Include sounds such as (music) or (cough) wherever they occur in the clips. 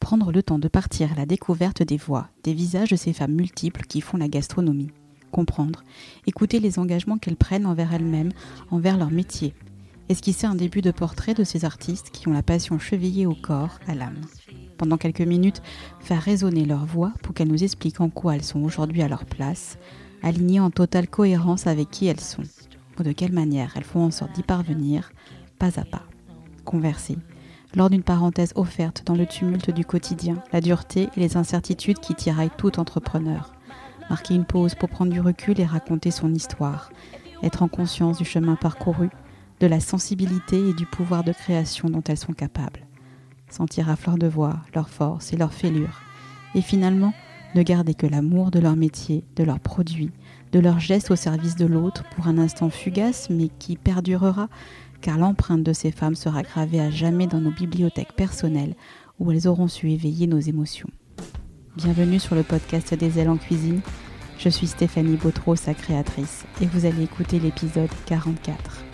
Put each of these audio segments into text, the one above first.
prendre le temps de partir à la découverte des voix, des visages de ces femmes multiples qui font la gastronomie. Comprendre, écouter les engagements qu'elles prennent envers elles-mêmes, envers leur métier. Esquisser un début de portrait de ces artistes qui ont la passion chevillée au corps, à l'âme. Pendant quelques minutes, faire résonner leur voix pour qu'elles nous expliquent en quoi elles sont aujourd'hui à leur place, alignées en totale cohérence avec qui elles sont, ou de quelle manière elles font en sorte d'y parvenir, pas à pas. Converser, lors d'une parenthèse offerte dans le tumulte du quotidien, la dureté et les incertitudes qui tiraillent tout entrepreneur. Marquer une pause pour prendre du recul et raconter son histoire. Être en conscience du chemin parcouru, de la sensibilité et du pouvoir de création dont elles sont capables. Sentir à fleur de voix leur force et leur fêlure. Et finalement, ne garder que l'amour de leur métier, de leurs produits, de leurs gestes au service de l'autre pour un instant fugace mais qui perdurera car l'empreinte de ces femmes sera gravée à jamais dans nos bibliothèques personnelles où elles auront su éveiller nos émotions. Bienvenue sur le podcast des ailes en cuisine. Je suis Stéphanie Bautreau, sa créatrice, et vous allez écouter l'épisode 44.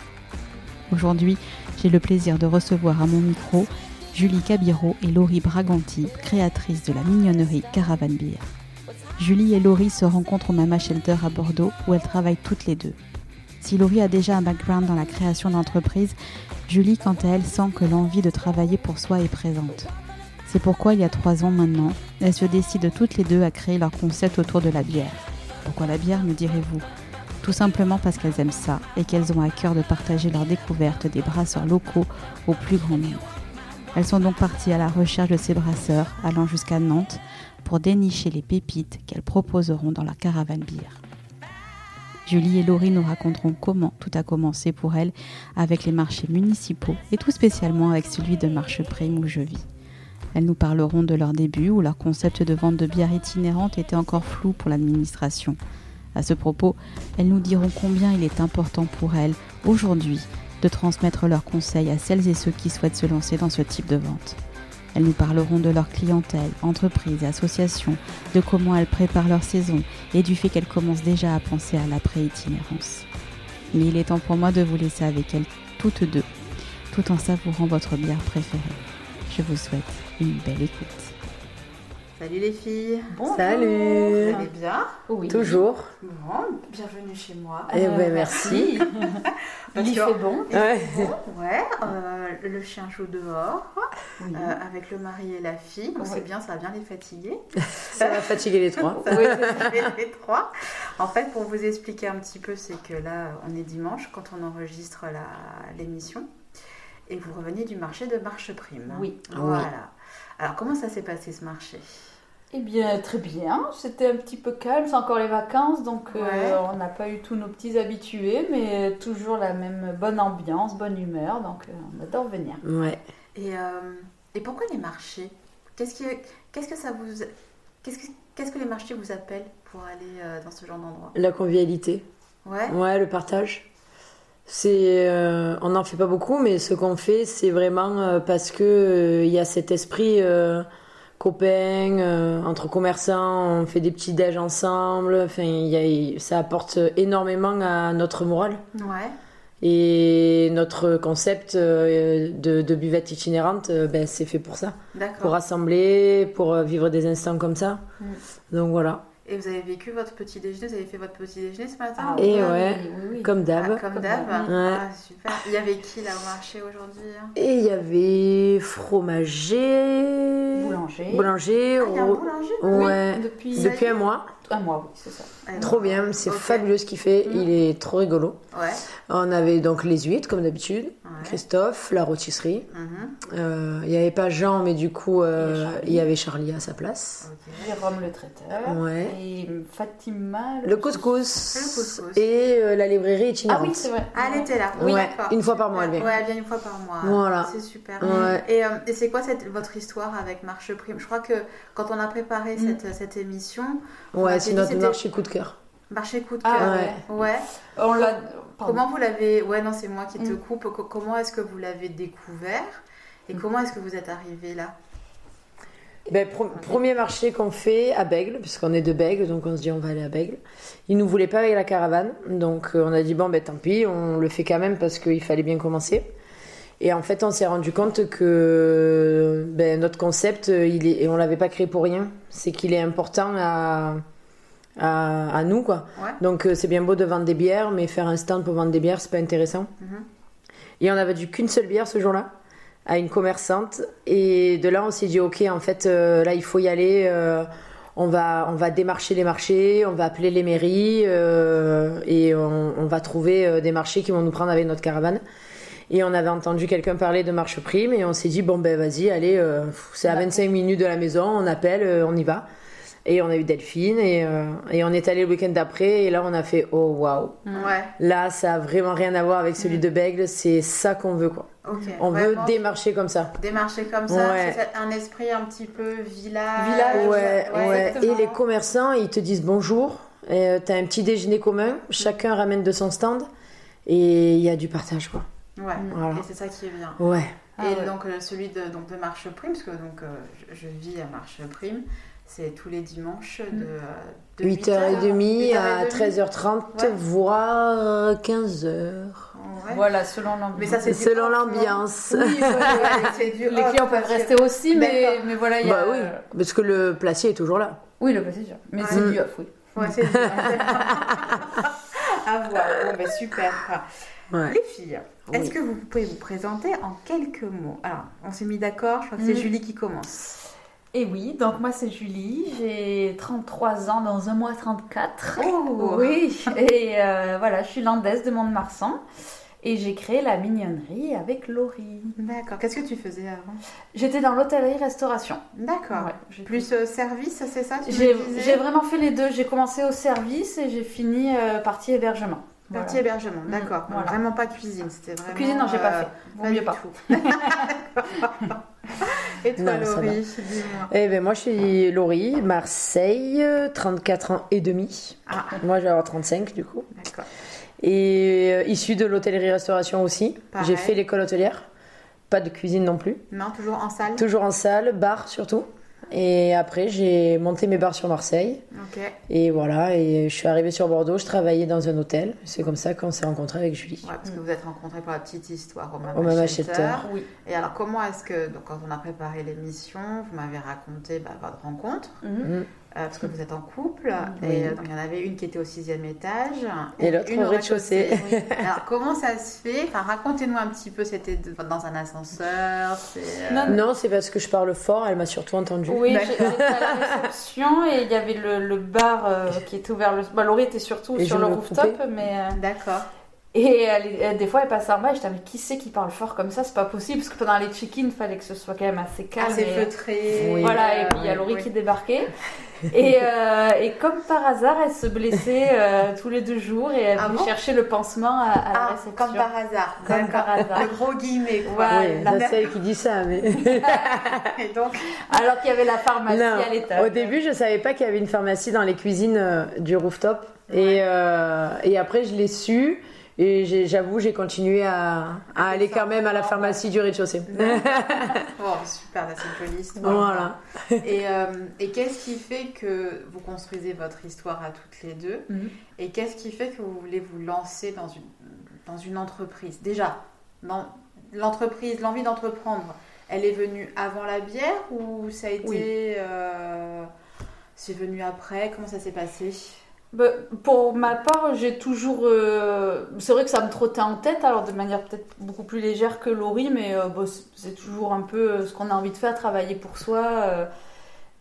Aujourd'hui, j'ai le plaisir de recevoir à mon micro Julie Cabiro et Laurie Braganti, créatrices de la mignonnerie Caravane Beer. Julie et Laurie se rencontrent au Mama Shelter à Bordeaux où elles travaillent toutes les deux. Si Laurie a déjà un background dans la création d'entreprises, Julie, quant à elle, sent que l'envie de travailler pour soi est présente. C'est pourquoi, il y a trois ans maintenant, elles se décident toutes les deux à créer leur concept autour de la bière. Pourquoi la bière, me direz-vous Tout simplement parce qu'elles aiment ça et qu'elles ont à cœur de partager leur découverte des brasseurs locaux au plus grand nombre. Elles sont donc parties à la recherche de ces brasseurs, allant jusqu'à Nantes, pour dénicher les pépites qu'elles proposeront dans leur caravane bière. Julie et Laurie nous raconteront comment tout a commencé pour elles avec les marchés municipaux et tout spécialement avec celui de Marche Prime où je vis. Elles nous parleront de leur début où leur concept de vente de bière itinérante était encore flou pour l'administration. À ce propos, elles nous diront combien il est important pour elles aujourd'hui de transmettre leurs conseils à celles et ceux qui souhaitent se lancer dans ce type de vente. Elles nous parleront de leur clientèle, entreprises, associations, de comment elles préparent leur saison et du fait qu'elles commencent déjà à penser à l'après-itinérance. Mais il est temps pour moi de vous laisser avec elles toutes deux, tout en savourant votre bière préférée. Je vous souhaite une belle écoute. Salut les filles Bonjour. Salut Vous allez bien Oui. Toujours Bon, bienvenue chez moi. Euh, Eh ben, merci. Il Parce y que- fait bon. Ouais. Bon, ouais, euh, le chien joue dehors Oui. euh, avec le mari et la fille. On Ouais. sait bien, ça va bien les fatiguer. (laughs) Ça va fatiguer les trois. Ça va les fatiguer, les trois. En fait, pour vous expliquer un petit peu, c'est que là, on est dimanche quand on enregistre la- l'émission et vous revenez du marché de Marche Prime. Oui. Voilà. Alors, comment ça s'est passé ce marché Eh bien, très bien. C'était un petit peu calme, c'est encore les vacances, donc euh, Ouais. on n'a pas eu tous nos petits habitués, mais euh, toujours la même bonne ambiance, bonne humeur, donc euh, on adore venir. Ouais. Et, euh, et pourquoi les marchés Qu'est-ce qui- qu'est-ce que ça vous qu'est-ce que, qu'est-ce que les marchés vous appellent pour aller euh, dans ce genre d'endroit La convivialité. Ouais. Ouais, le partage. C'est, euh, on n'en fait pas beaucoup, mais ce qu'on fait, c'est vraiment euh, parce que euh, il y a cet esprit euh, copain euh, entre commerçants. On fait des petits déj ensemble. Enfin, il y a- il- ça apporte énormément à notre morale. Ouais. Et notre concept euh, de, de buvette itinérante, euh, ben, c'est fait pour ça. Pour D'accord. rassembler, pour euh, vivre des instants comme ça. Mm. Donc voilà, Et vous avez vécu votre petit déjeuner Vous avez fait votre petit déjeuner ce matin Et oui, Ah ouais. oui, oui, oui. comme Ah, d'hab. comme Comme d'hab. d'hab. Ouais. Ah, super. Il y avait qui là au marché aujourd'hui hein Et il y avait fromager, Boulanger. boulanger, Ah, il y a un ro- boulanger Oui, ouais, depuis Ça y Oh, depuis est. un mois. un mois, oui, c'est ça. Ah, Trop bien, c'est Ok. fabuleux ce qu'il fait, Mm. il est trop rigolo. Ouais. On avait donc les huîtres comme d'habitude, ouais. Christophe, la rôtisserie. Mhm. Euh, Il n'y avait pas Jean, mais du coup, euh, il Il y y avait Charlie à sa place. Ok. Jérôme le traiteur. Ouais. Et Fatima. Le couscous. Le couscous. Et euh, la librairie Ah itinérante. oui, c'est vrai. Ah, elle était là. Oui, Ouais, d'accord. une fois par mois, elle vient. Ouais, elle vient une fois par mois. Voilà. C'est super. Ouais. Et, euh, et c'est quoi cette, votre histoire avec Marche Prime Je crois que quand on a préparé Mm. cette, cette émission, Ouais, Ouais, c'est j'ai notre dit, c'était- marché coup de cœur. Marché Coup de Ah, cœur. ouais. ouais. On l'a. pardon. Comment vous l'avez. Ouais, non, c'est moi qui te Mm. coupe. Co- comment est-ce que vous l'avez découvert Et Mm. comment est-ce que vous êtes arrivé là Ben, pro- premier marché qu'on fait à Bègle, puisqu'on est de Bègle, donc on se dit on va aller à Bègle. Ils nous voulaient pas avec la caravane, donc euh, on a dit bon ben tant pis, on le fait quand même parce qu'il fallait bien commencer. Et en fait, on s'est rendu compte que ben, notre concept, euh, il est, et on l'avait pas créé pour rien. C'est qu'il est important à, à, à nous, quoi. Ouais. Donc euh, c'est bien beau de vendre des bières, mais faire un stand pour vendre des bières, c'est pas intéressant. Mhm. Et on a vendu qu'une seule bière ce jour-là à une commerçante. Et de là, on s'est dit, ok, en fait, euh, là, il faut y aller. euh, on va, on va démarcher les marchés, on va appeler les mairies euh, et on, on va trouver euh, des marchés qui vont nous prendre avec notre caravane. Et on avait entendu quelqu'un parler de marche prime et on s'est dit, bon ben vas-y, allez, euh, pff, c'est à Ouais. 25 minutes de la maison, on appelle, euh, on y va. Et on a eu Delphine et, euh, et on est allé le week-end d'après et là on a fait, oh waouh, Ouais, là ça a vraiment rien à voir avec celui de Bègle, c'est ça qu'on veut quoi. ok. On Ouais, veut bon, démarcher comme ça. démarcher comme ça, Ouais. c'est un esprit un petit peu village. Village, Ouais, Ouais, ouais. exactement. Et les commerçants, ils te disent bonjour. Euh, T'as un petit déjeuner commun. Chacun ramène de son stand. Et il y a du partage, quoi. Ouais, Voilà. et c'est ça qui est bien. Ouais. Ah et ouais. donc euh, celui de, donc, de Marche Prime, parce que donc, euh, je, je vis à Marche Prime, c'est tous les dimanches de, Mm. euh, de 8h30 à 8h30. 13h30, Ouais. voire 15h. Ouais. Voilà, selon l'ambiance. Mais ça, c'est du Selon off, non l'ambiance. Oui, voilà, c'est Oh, du les off, clients peuvent parce que- rester aussi, mais, D'accord. mais voilà, il y a. Bah oui, parce que le placier est toujours là. Oui, le passé, sûr. Mais Ouais. c'est Mm. du off, oui. Ouais, c'est du off. (laughs) À voir. Bon, ben, super. Ouais. Les filles, Oui. est-ce que vous pouvez vous présenter en quelques mots Alors, on s'est mis d'accord, je crois que c'est Mhm. Julie qui commence. Et oui, donc moi c'est Julie, j'ai 33 ans, dans un mois 34. Oh Oui, (laughs) et euh, voilà, je suis landaise de Mont-de-Marsan et j'ai créé la mignonnerie avec Laurie. D'accord. Qu'est-ce que tu faisais avant J'étais dans l'hôtellerie-restauration. D'accord. Ouais, j'ai- Plus euh, service, c'est ça tu j'ai me disais j'ai vraiment fait les deux. J'ai commencé au service et j'ai fini euh, partie hébergement. Voilà. Partie hébergement, Mhm, d'accord. Donc, voilà. Vraiment pas cuisine, c'était vraiment. Cuisine, non, j'ai pas euh, fait. Vaut pas mieux du pas. tout. (laughs) D'accord. (laughs) Et toi, Non, ça va. Laurie, dis-moi. Eh ben moi, je suis Laurie, Marseille, 34 ans et demi. Ah, Moi, je vais avoir 35, du coup. d'accord. Et euh, issue de l'hôtellerie-restauration aussi. Pareil. J'ai fait l'école hôtelière. Pas de cuisine non plus. Non, toujours en salle Toujours en salle, bar surtout. Et après, j'ai monté mes bars sur Marseille. Ok. Et voilà, et je suis arrivée sur Bordeaux, je travaillais dans un hôtel. C'est comme ça qu'on s'est rencontrés avec Julie. Ouais, parce que vous êtes rencontrés pour la petite histoire au Au Mama Mama Shelter. Shelter. Oui. Et alors, comment est-ce que, donc, quand on a préparé l'émission, vous m'avez raconté bah, votre rencontre, Mhm. euh, parce que vous êtes en couple, Mm-hmm. Mm-hmm. Oui. et euh, donc il y en avait une qui était au sixième étage, Et l'autre une au rez-de-chaussée. (laughs) rez-de-chaussée. alors, comment ça se fait Enfin, racontez-nous un petit peu, c'était de- dans un ascenseur, c'est... euh, Non, Non, c'est parce que je parle fort, elle m'a surtout entendu. Oui, D'accord. j'ai- j'étais à la réception et il y avait le, le bar euh, qui était ouvert. Le... Bah, Laurie était surtout Et sur je le me rooftop, coupais. mais. euh, D'accord. Et elle- elle- des fois, elle passait en bas et j'étais, mais qui c'est qui parle fort comme ça C'est pas possible, parce que pendant les check-in, il fallait que ce soit quand même assez calme. Assez et- euh, feutré. Oui. Voilà, et puis il y a Laurie qui débarquait. (laughs) Et, euh, et comme par hasard, elle se blessait euh, tous les deux jours et elle Ah venait bon chercher le pansement à, à la Ah, réception. comme par hasard. Comme D'accord. par hasard. Le gros guillemet, quoi. Voilà. Oui, Ah, La la mère- seule qui dit ça, mais. Et donc, Alors qu'il y avait la pharmacie Non, à l'étage. Au début, je savais pas qu'il y avait une pharmacie dans les cuisines euh, du rooftop. Et, euh, et après, je l'ai su. Et j'ai- j'avoue, j'ai continué à, à aller quand même à la pharmacie du rez-de-chaussée. bon, Oh, super, là, c'est une jolie histoire. voilà. Et, euh, et qu'est-ce qui fait que vous construisez votre histoire à toutes les deux Mhm. Et qu'est-ce qui fait que vous voulez vous lancer dans une, dans une entreprise Déjà, dans l'entreprise, l'envie d'entreprendre, elle est venue avant la bière ou ça a été. Oui. euh, c'est venu après Comment ça s'est passé Bah, pour ma part, j'ai toujours. euh, C'est vrai que ça me trottait en tête, alors de manière peut-être beaucoup plus légère que Laurie, mais euh, bah, c'est- c'est toujours un peu euh, ce qu'on a envie de faire, travailler pour soi. euh,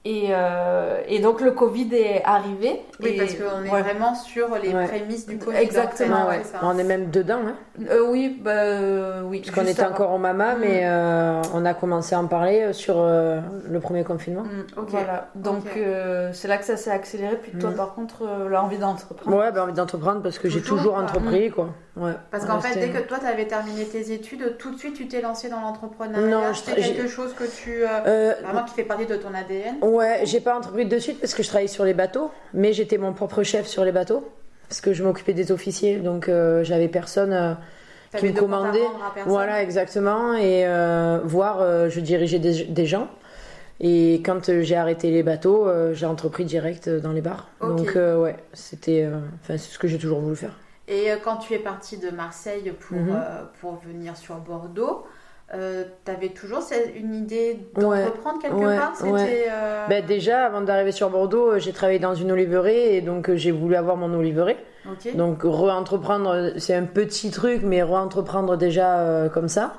et, euh, et donc le Covid est arrivé. Oui, et- parce qu'on est ouais. vraiment sur les Ouais. prémices du Covid. Exactement, en Ah fait, ouais. c'est ça. On est même dedans, hein. Euh, oui, bah, euh, oui. parce qu'on juste était avant. encore au Mama, Mm. mais euh, on a commencé à en parler euh, sur euh, le premier confinement. Mm, Ok. Voilà, donc Ok. euh, c'est là que ça s'est accéléré. Puis toi, Mm. par contre, euh, l'envie d'entreprendre. Ouais, bah, envie d'entreprendre parce que j'ai Toujours, toujours quoi. entrepris, quoi. Ouais. Parce qu'en Ouais, fait, c'était- dès que toi, tu avais terminé tes études, tout de suite, tu t'es lancé dans l'entrepreneuriat. Non, je- c'est j'ai- quelque chose que tu... euh, Euh, Vraiment qui fait partie de ton ADN. Ouais, j'ai pas entrepris de suite parce que je travaillais sur les bateaux, mais j'étais mon propre chef sur les bateaux parce que je m'occupais des officiers, donc euh, j'avais personne. euh, T'as Tu mis me deux comptes à commandais. rendre à personne. voilà, exactement, et euh, voir, euh, je dirigeais des, des gens. Et quand euh, j'ai arrêté les bateaux, euh, j'ai entrepris direct euh, dans les bars. Ok. Donc euh, ouais, c'était, euh, enfin c'est ce que j'ai toujours voulu faire. Et euh, quand tu es parti de Marseille pour, Mhm. euh, pour venir sur Bordeaux, euh, t'avais toujours cette- une idée Ouais, d'entreprendre quelque ouais, part C'était, ouais. euh, Ben, déjà, avant d'arriver sur Bordeaux, euh, j'ai travaillé dans une oliverie et donc euh, j'ai voulu avoir mon oliverie. ok. Donc re-entreprendre, euh, c'est un petit truc, mais re-entreprendre déjà euh, comme ça.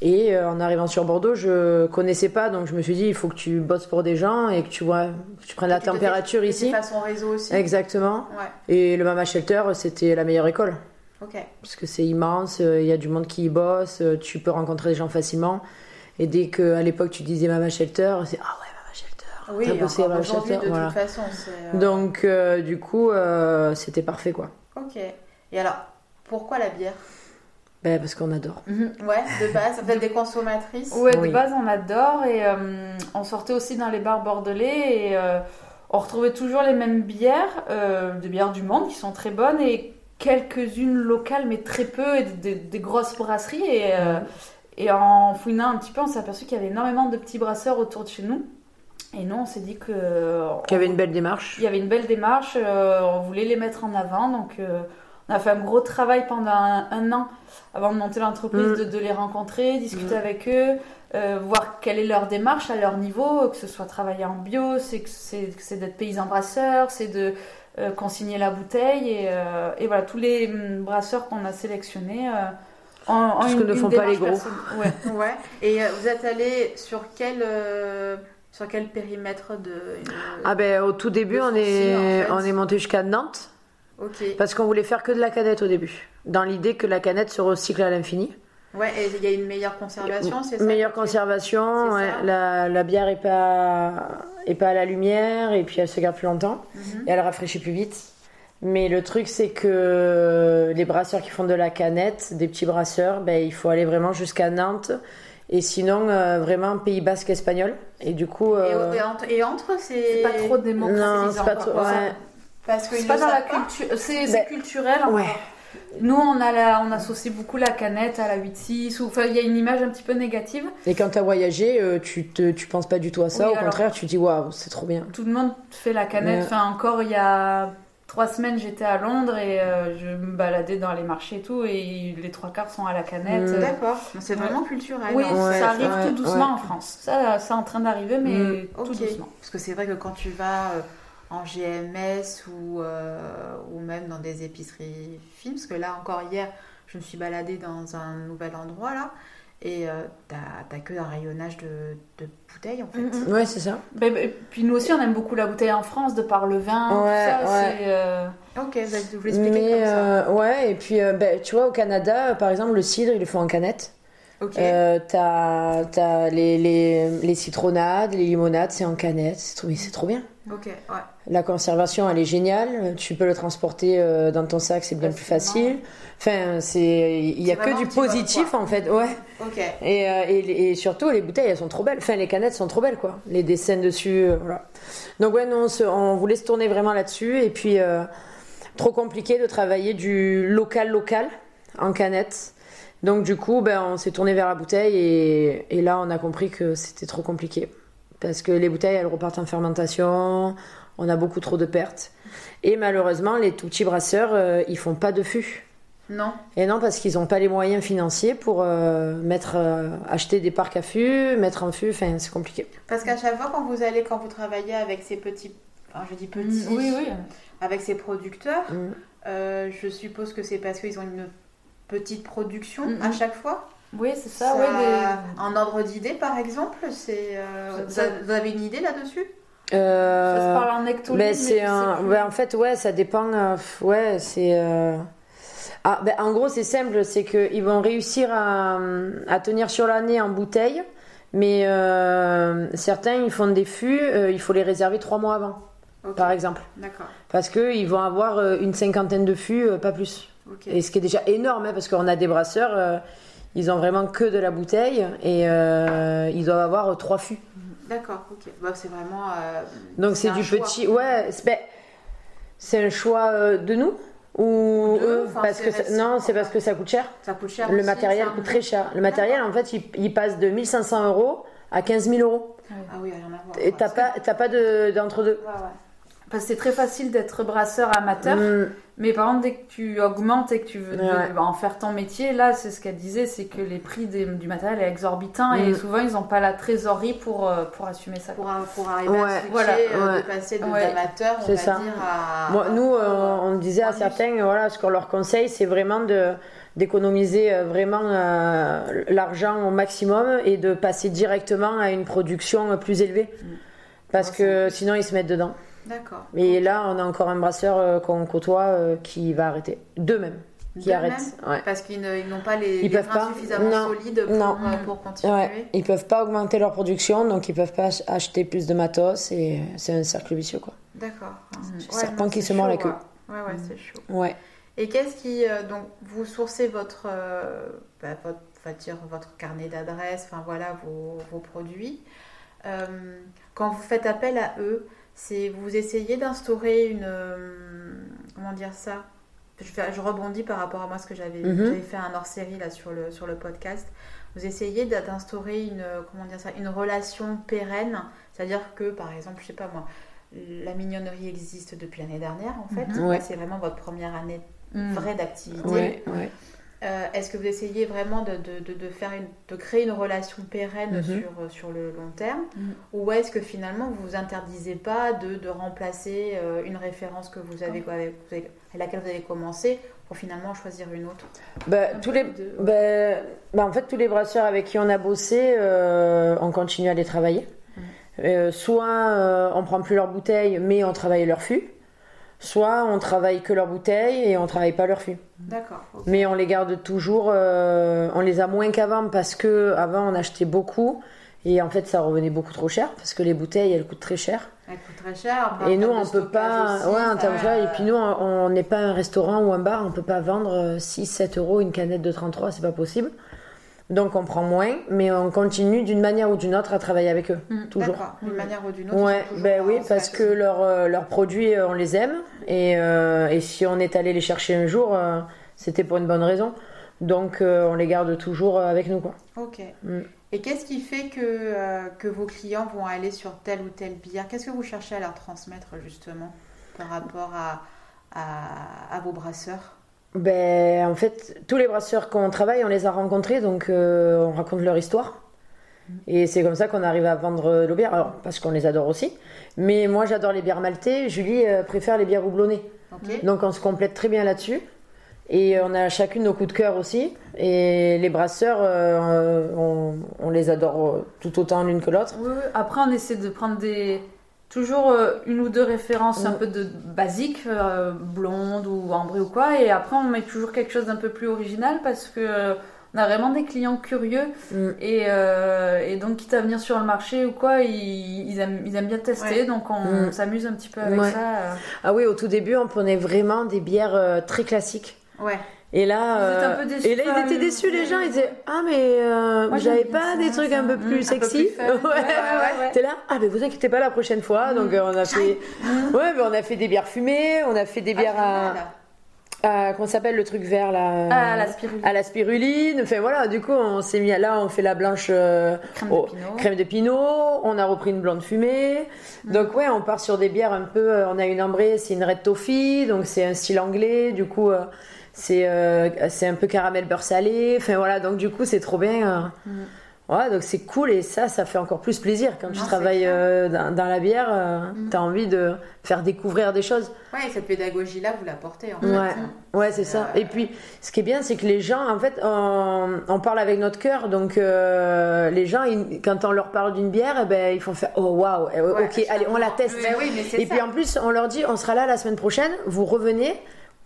Et euh, en arrivant sur Bordeaux, je connaissais pas, donc je me suis dit, il faut que tu bosses pour des gens et que tu vois, que tu prennes la Et tu te fais- température et tu ici. fais son réseau aussi. Exactement. Ouais, Et le Mama Shelter, c'était la meilleure école ok. parce que c'est immense, euh, il y a du monde qui y bosse, euh, tu peux rencontrer des gens facilement. Et dès que à l'époque tu disais Mama Shelter, c'est ah ouais Mama Shelter. Oui, T'as bossé encore à aujourd'hui, de Manchester, voilà. toute façon. c'est, euh, Donc euh, du coup euh, c'était parfait quoi. Ok. Et alors, pourquoi la bière Ben, parce qu'on adore. Mm-hmm. Ouais, de base, vous êtes des consommatrices. Ouais, Oui. de base, on adore et euh, on sortait aussi dans les bars bordelais et euh, on retrouvait toujours les mêmes bières, euh, des bières du monde qui sont très bonnes et quelques-unes locales, mais très peu, et des, des- des grosses brasseries. Et, euh, et en fouinant un petit peu, on s'est aperçu qu'il y avait énormément de petits brasseurs autour de chez nous. Et nous, on s'est dit que. Il y avait une belle démarche. Il y avait une belle démarche, euh, on voulait les mettre en avant, donc euh, on a fait un gros travail pendant un, un an avant de monter l'entreprise, Mm. de, de les rencontrer, discuter avec eux, euh, voir quelle est leur démarche à leur niveau, que ce soit travailler en bio, c'est que c'est que c'est d'être paysan brasseur, c'est de euh, consigner la bouteille, et, euh, et voilà, tous les hum, brasseurs qu'on a sélectionnés en ont, ont Tout ce une, que ne une font pas les démarche gros. perso- ouais. Ouais. Et euh, vous êtes allé sur quel euh, sur quel périmètre de euh, Ah ben au tout début Le on foncier, est, en on fait. est monté jusqu'à Nantes Ok. parce qu'on voulait faire que de la canette au début. Dans l'idée que la canette se recycle à l'infini. Ouais. Et il y a une meilleure conservation, c'est ça Meilleure conservation. conservation, C'est ouais, ça. la, la bière est pas, est pas à la lumière et puis elle se garde plus longtemps. Mhm. et elle rafraîchit plus vite. Mais le truc, c'est que les brasseurs qui font de la canette, des petits brasseurs, ben, il faut aller vraiment jusqu'à Nantes. Et sinon, euh, vraiment Pays Basque espagnol. Et du coup, Et, euh, et entre, et entre, C'est c'est pas trop démocratisé. non, c'est pas encore, trop. quoi. ouais. parce que C'est ils pas le dans la savent pas. culture, c'est c'est Ben, culturel. encore. ouais. Nous, on, a la- on associe beaucoup la canette à la 8-6, ou enfin, il y a une image un petit peu négative. Et quand t'as voyagé, euh, tu te, tu penses pas du tout à ça. Oui, Au alors- contraire, tu dis waouh, c'est trop bien. Tout le monde fait la canette. Ouais. Enfin, encore il y a trois semaines, j'étais à Londres et euh, je me baladais dans les marchés et tout, et les trois quarts sont à la canette. Mm. Euh, D'accord. C'est vraiment culturel. Oui, hein. Ouais, ça arrive ouais, tout doucement ouais. en France. Ça, c'est en train d'arriver, mais Mm. tout Ok. doucement. Parce que c'est vrai que quand tu vas euh, en GMS ou, euh, ou même dans des épiceries fines, parce que là encore hier, je me suis baladée dans un nouvel endroit là, et euh, t'as t'as que un rayonnage de, de bouteilles en fait. Mm, mm. Ouais, c'est ça. Ben, ben, puis nous aussi, on aime beaucoup la bouteille en France, de par le vin, tout Ouais, ça, ouais. c'est, euh, Ok, vous avez- vous l'expliquez Mais comme ça. euh, ouais, et puis euh, ben, tu vois, au Canada, euh, par exemple, le cidre, ils le font en canette. Ok. Euh, t'as t'as les, les, les citronnades, les limonades, c'est en canette, c'est trop, mais c'est trop bien. Ok, ouais. La conservation, elle est géniale. Tu peux le transporter euh, dans ton sac, c'est bien plus Facilement. facile. Enfin, c'est il y a C'est que vraiment du un petit bonheur, positif quoi. en fait, ouais. Ok. Et, euh, et- et surtout, les bouteilles, elles sont trop belles. Enfin, les canettes sont trop belles, quoi. Les dessins dessus, euh, voilà. Donc ouais, nous, on, se- on voulait se tourner vraiment là-dessus. Et puis, euh, trop compliqué de travailler du local local en canette. Donc du coup, ben, on s'est tourné vers la bouteille et, et là, on a compris que c'était trop compliqué. Parce que les bouteilles, elles repartent en fermentation, on a beaucoup trop de pertes. Et malheureusement, les tout petits brasseurs, euh, ils font pas de fût. Non. Et non, parce qu'ils n'ont pas les moyens financiers pour euh, mettre, euh, acheter des parcs à fût, mettre un fût, enfin c'est compliqué. Parce qu'à chaque fois quand vous allez, quand vous travaillez avec ces petits, enfin je dis petits, oui, oui. avec ces producteurs, Mm. euh, je suppose que c'est parce qu'ils ont une petite production Mhm. à Mm-hmm. chaque fois. Oui, c'est ça, ouais, des- Un ordre d'idée, par exemple, c'est. euh, Ça- vous avez une idée là-dessus Euh, Ça se parle en hectolitres. ben, c'est un... ouais, en fait, ouais, ça dépend. euh, f- ouais, c'est. euh, Ah, ben, en gros, c'est simple, c'est qu'ils vont réussir à, à tenir sur l'année en bouteille, mais euh, certains, ils font des fûts, euh, il faut les réserver trois mois avant, Ok, par exemple. D'accord. Parce qu'ils vont avoir euh, une cinquantaine de fûts, euh, pas plus. Ok. Et ce qui est déjà énorme, hein, parce qu'on a des brasseurs, euh, ils ont vraiment que de la bouteille et euh, ils doivent avoir euh, trois fûts. D'accord. Ok. Bah, c'est vraiment. euh, Donc c'est un du choix. petit. Ouais, c'est ben, c'est un choix euh, de nous ou De eux, eux, enfin, parce que c'est ça- non, réciproque. c'est parce que ça coûte cher. Ça coûte cher. Le aussi, matériel ça. hein. coûte très cher. Le matériel, en fait, il, il passe de 1500 euros à 15 000 euros. Ah oui, rien à voir. Et t'as ouais, pas, t'as pas de- d'entre-deux. c'est- Ouais, ouais. Parce que c'est très facile d'être brasseur amateur, Mm. mais par contre, dès que tu augmentes et que tu veux Ouais, ouais. de- ben, en faire ton métier, là, c'est ce qu'elle disait, c'est que les prix des- du matériel est exorbitant et Mm. souvent, ils n'ont pas la trésorerie pour, euh, pour assumer ça. pour, pour arriver à Ouais, switcher, voilà, euh, ouais. de passer de Ouais. l'amateur, on C'est va ça. dire, à... Moi, nous, euh, on disait à Trois minutes. certains, voilà, ce qu'on leur conseille, c'est vraiment de d'économiser euh, vraiment euh, l'argent au maximum et de passer directement à une production euh, plus élevée. Mm. Parce Ouais, que sinon, ils se mettent dedans. D'accord. Mais là, on a encore un brasseur euh, qu'on côtoie euh, qui va arrêter. D'eux-mêmes, qui De arrête. même, Ouais. Parce qu'ils ne- ils n'ont pas les, Ils les peuvent reins pas. suffisamment Non. solides pour, Non. Mm. euh, pour continuer. Ouais, ils peuvent pas augmenter leur production, donc ils peuvent pas ach- acheter plus de matos et euh, c'est un cercle vicieux quoi. D'accord. Mhm. Ouais, Serpent non, qui c'est se mord la chaud, queue. Ouais, ouais, ouais, Mm. c'est chaud. Ouais. Et qu'est-ce qui. euh, donc, vous sourcez votre. euh, bah, votre on va dire votre carnet d'adresse, enfin voilà, vos, vos produits. Euh, quand vous faites appel à eux, c'est vous essayez d'instaurer une. euh, comment dire ça je, fais- je rebondis par rapport à moi ce que j'avais Mhm. j'avais fait un hors-série là sur le, sur le podcast. Vous essayez d'a- d'instaurer une euh, comment dire ça une relation pérenne, c'est-à-dire que par exemple, je sais pas moi, la mignonnerie existe depuis l'année dernière en fait. Mhm. Ouais. Là, C'est vraiment votre première année Mm. vraie d'activité. Ouais, ouais. Euh, Est-ce que vous essayez vraiment de, de- de- de faire une- de créer une relation pérenne Mhm. sur, euh, sur le long terme Mhm. Ou est-ce que finalement vous vous interdisez pas de, de remplacer euh, une référence que vous avez, avec, vous avez- à laquelle vous avez commencé pour finalement choisir une autre Bah, tous les, de- bah, bah, en fait, tous les brasseurs avec qui on a bossé, euh, on continue à les travailler. Euh, soit euh, on prend plus leurs bouteilles, mais on travaille leur fût. Soit on travaille que leurs bouteilles et on travaille pas leur fût. Mm. D'accord. ok. Mais on les garde toujours. euh, on les a moins qu'avant parce que avant on achetait beaucoup et en fait ça revenait beaucoup trop cher parce que les bouteilles elles coûtent très cher. bah, Elle coûte très cher. Et nous, on peut pas. ouais, en euh, termes de stockage, Et puis nous, on on n'est pas un restaurant ou un bar, on peut pas vendre euh, 6, 7 euros une canette de 33, c'est pas possible. Donc on prend moins, mais on continue d'une manière ou d'une autre à travailler avec eux, Mmh, Mm, toujours. D'une manière ou d'une autre. ils Ouais, sont toujours ben là, oui, en parce fait. que leurs euh, leurs produits, euh, on les aime. Et, euh, et si on est allé les chercher un jour, euh, c'était pour une bonne raison. Donc euh, on les garde toujours euh, avec nous, quoi. Ok. Mm. Et qu'est-ce qui fait que, euh, que vos clients vont aller sur telle ou telle bière Qu'est-ce que vous cherchez à leur transmettre justement par rapport à, à, à vos brasseurs Ben, en fait, tous les brasseurs qu'on travaille, on les a rencontrés, donc euh, on raconte leur histoire. Et c'est comme ça qu'on arrive à vendre euh, nos bières. Alors, parce qu'on les adore aussi. Mais moi, j'adore les bières maltées. Julie euh, préfère les bières houblonnées. Ok. Donc, on se complète très bien là-dessus. Et on a chacune nos coups de cœur aussi. Et les brasseurs, euh, on, on les adore euh, tout autant l'une que l'autre. Oui, oui. Après, on essaie de prendre des toujours euh, une ou deux références un Mm. peu de basiques, euh, blondes ou ambrées ou quoi, et après on met toujours quelque chose d'un peu plus original parce que euh, on a vraiment des clients curieux Mm. et, euh, et donc quitte à venir sur le marché ou quoi, ils, ils aiment, ils aiment bien tester, Ouais. donc on Mm. s'amuse un petit peu avec Ouais. ça. euh. Ah oui, au tout début, on prenait vraiment des bières euh, très classiques. Ouais. Et là, Ils étaient euh, un peu déçus et là, par ils étaient la- déçus, les gens. Ils disaient Ah, mais euh, Moi, vous n'avez j'aime bien pas ça, des trucs ça. un peu Mm, plus un peu sexy (laughs) plus fun. (laughs) Ouais, ouais, ouais. T'es là Ah, mais vous inquiétez pas la prochaine fois. Donc, Mm. euh, on a fait. Ouais, mais on a fait des bières fumées, on a fait des bières Ah, à. génial. à- comment ça s'appelle le truc vert là Ah, la spiruline, À la spiruline. Enfin, voilà, du coup, on s'est mis à. Là, on fait la blanche. euh, crème oh, de pinot. Crème de pinot, on a repris une blonde fumée. Mm. Donc ouais, on part sur des bières un peu. euh, on a une ambrée, c'est une red toffee, donc c'est un style anglais. Du coup, euh, c'est euh, c'est un peu caramel beurre salé. Enfin voilà, donc du coup c'est trop bien. euh. Mm. Ouais, donc c'est cool et ça, ça fait encore plus plaisir quand tu Non, c'est travailles clair. euh, dans, dans la bière. euh, Mm. T'as envie de faire découvrir des choses. Ouais, et cette pédagogie-là, vous la portez en fait. Ouais, ouais, c'est ça. Euh, Et puis, ce qui est bien, c'est que les gens, en fait, on, on parle avec notre cœur. Donc, euh, les gens, ils- quand on leur parle d'une bière, eh ben, ils font faire Oh waouh, eh, Ouais, ok, allez, on la teste. Mais oui, mais c'est Et ça. puis en plus, on leur dit, on sera là la semaine prochaine, vous revenez,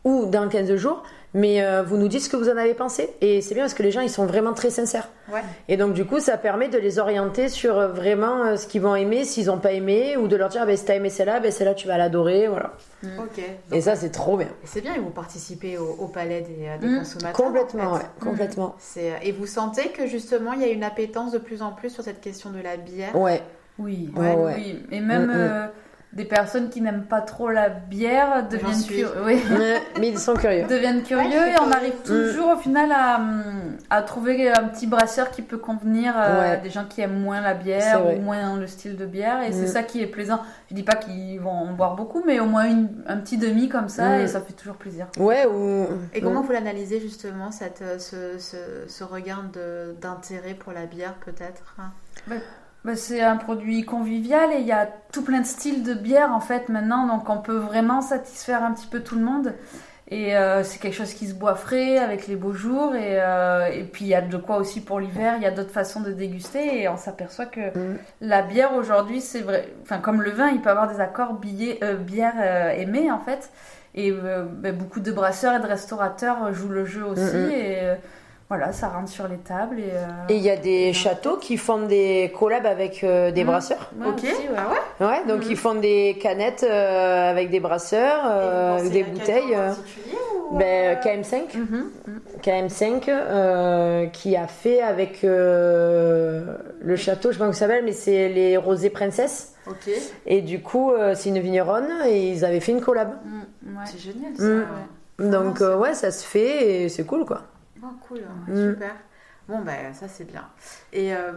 ou dans 15 jours, mais euh, vous nous dites ce que vous en avez pensé. Et c'est bien parce que les gens, ils sont vraiment très sincères. Ouais. Et donc du coup, ça permet de les orienter sur euh, vraiment euh, ce qu'ils vont aimer, s'ils n'ont pas aimé, ou de leur dire, ah, ben, si t'as aimé celle-là, ben, celle-là, tu vas l'adorer. Voilà. Ok. Et ça, c'est trop bien. C'est bien, et vous participez au, au palais des, euh, des Mm. consommateurs. Complètement, en ouais, fait. complètement. C'est- euh, Et vous sentez que justement, il y a une appétence de plus en plus sur cette question de la bière Ouais, (laughs) Oui, Ouais, oui, ouais. oui. Et même, Mm, mm. euh, des personnes qui n'aiment pas trop la bière deviennent, suis. cur- oui, Ouais, mais ils sont curieux. Euh. deviennent curieux Ouais, et on c'est- arrive toujours au final à, hum, à trouver un petit brasseur qui peut convenir euh, Ouais. à des gens qui aiment moins la C'est bière vrai. ou moins le style de bière et c'est Mm. ça qui est plaisant. Je dis pas qu'ils vont en boire beaucoup mais au moins une- un petit demi comme ça Mm. et ça fait toujours plaisir. Ouais, ou. Et comment vous l'analysez justement, cette, euh, ce, ce- ce regain de- d'intérêt pour la bière peut-être hein Bah, c'est un produit convivial et il y a tout plein de styles de bière en fait maintenant, donc on peut vraiment satisfaire un petit peu tout le monde. Et euh, c'est quelque chose qui se boit frais avec les beaux jours et, euh, et puis il y a de quoi aussi pour l'hiver, il y a d'autres façons de déguster et on s'aperçoit que Mm. la bière aujourd'hui c'est vrai, enfin comme le vin il peut avoir des accords billets, euh, bière euh, aimée en fait et euh, bah, beaucoup de brasseurs et de restaurateurs jouent le jeu aussi Mm, mm. et euh, voilà ça rentre sur les tables et, euh, Et il y a des châteaux qui font des collabs avec euh, des Mmh. Mm. brasseurs. ouais, aussi, ouais. Ah ouais Ouais, donc Mm. ils font des canettes euh, avec des brasseurs, euh, Et vous avec pensez des à quelqu'un bouteilles. en euh. particulier ou, Ben, euh, KM5. Mhm. KM5 euh, qui a fait avec euh, le château, je sais pas comment ça s'appelle, mais c'est les Rosées Princesses. Ok, Et du coup, euh, c'est une vigneronne et ils avaient fait une collab. Mm, ouais. c'est génial ça. Mm. ouais. Donc Ah, euh, ouais, ça se fait et c'est cool quoi. Oh, cool, Mm. super. Bon, ben ça c'est bien. Et euh,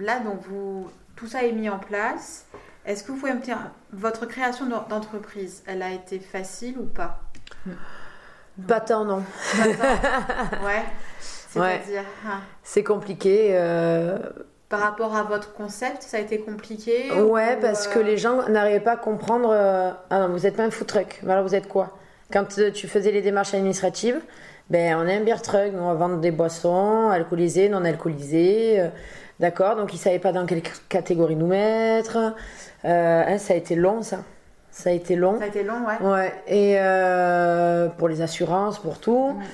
là, donc, vous, tout ça est mis en place. Est-ce que vous pouvez me dire, votre création d'en- d'entreprise, elle a été facile ou (laughs) pas Pas tant non. Ouais. C'est-à-dire, hein, C'est compliqué. euh, par rapport à votre concept, ça a été compliqué ou, Ouais, parce que euh, les gens n'arrivaient pas à comprendre. euh, Ah non, vous êtes pas un food truck. Mais Alors vous êtes quoi Quand euh, tu faisais les démarches administratives, ben on est un beer truck, on va vendre des boissons alcoolisées, non alcoolisées. euh, D'accord, donc ils savaient pas dans quelle c- catégorie nous mettre. Euh, hein, ça a été long, ça. Ça a été long. Ça a été long, ouais. Ouais, et euh, pour les assurances, pour tout. Ouais.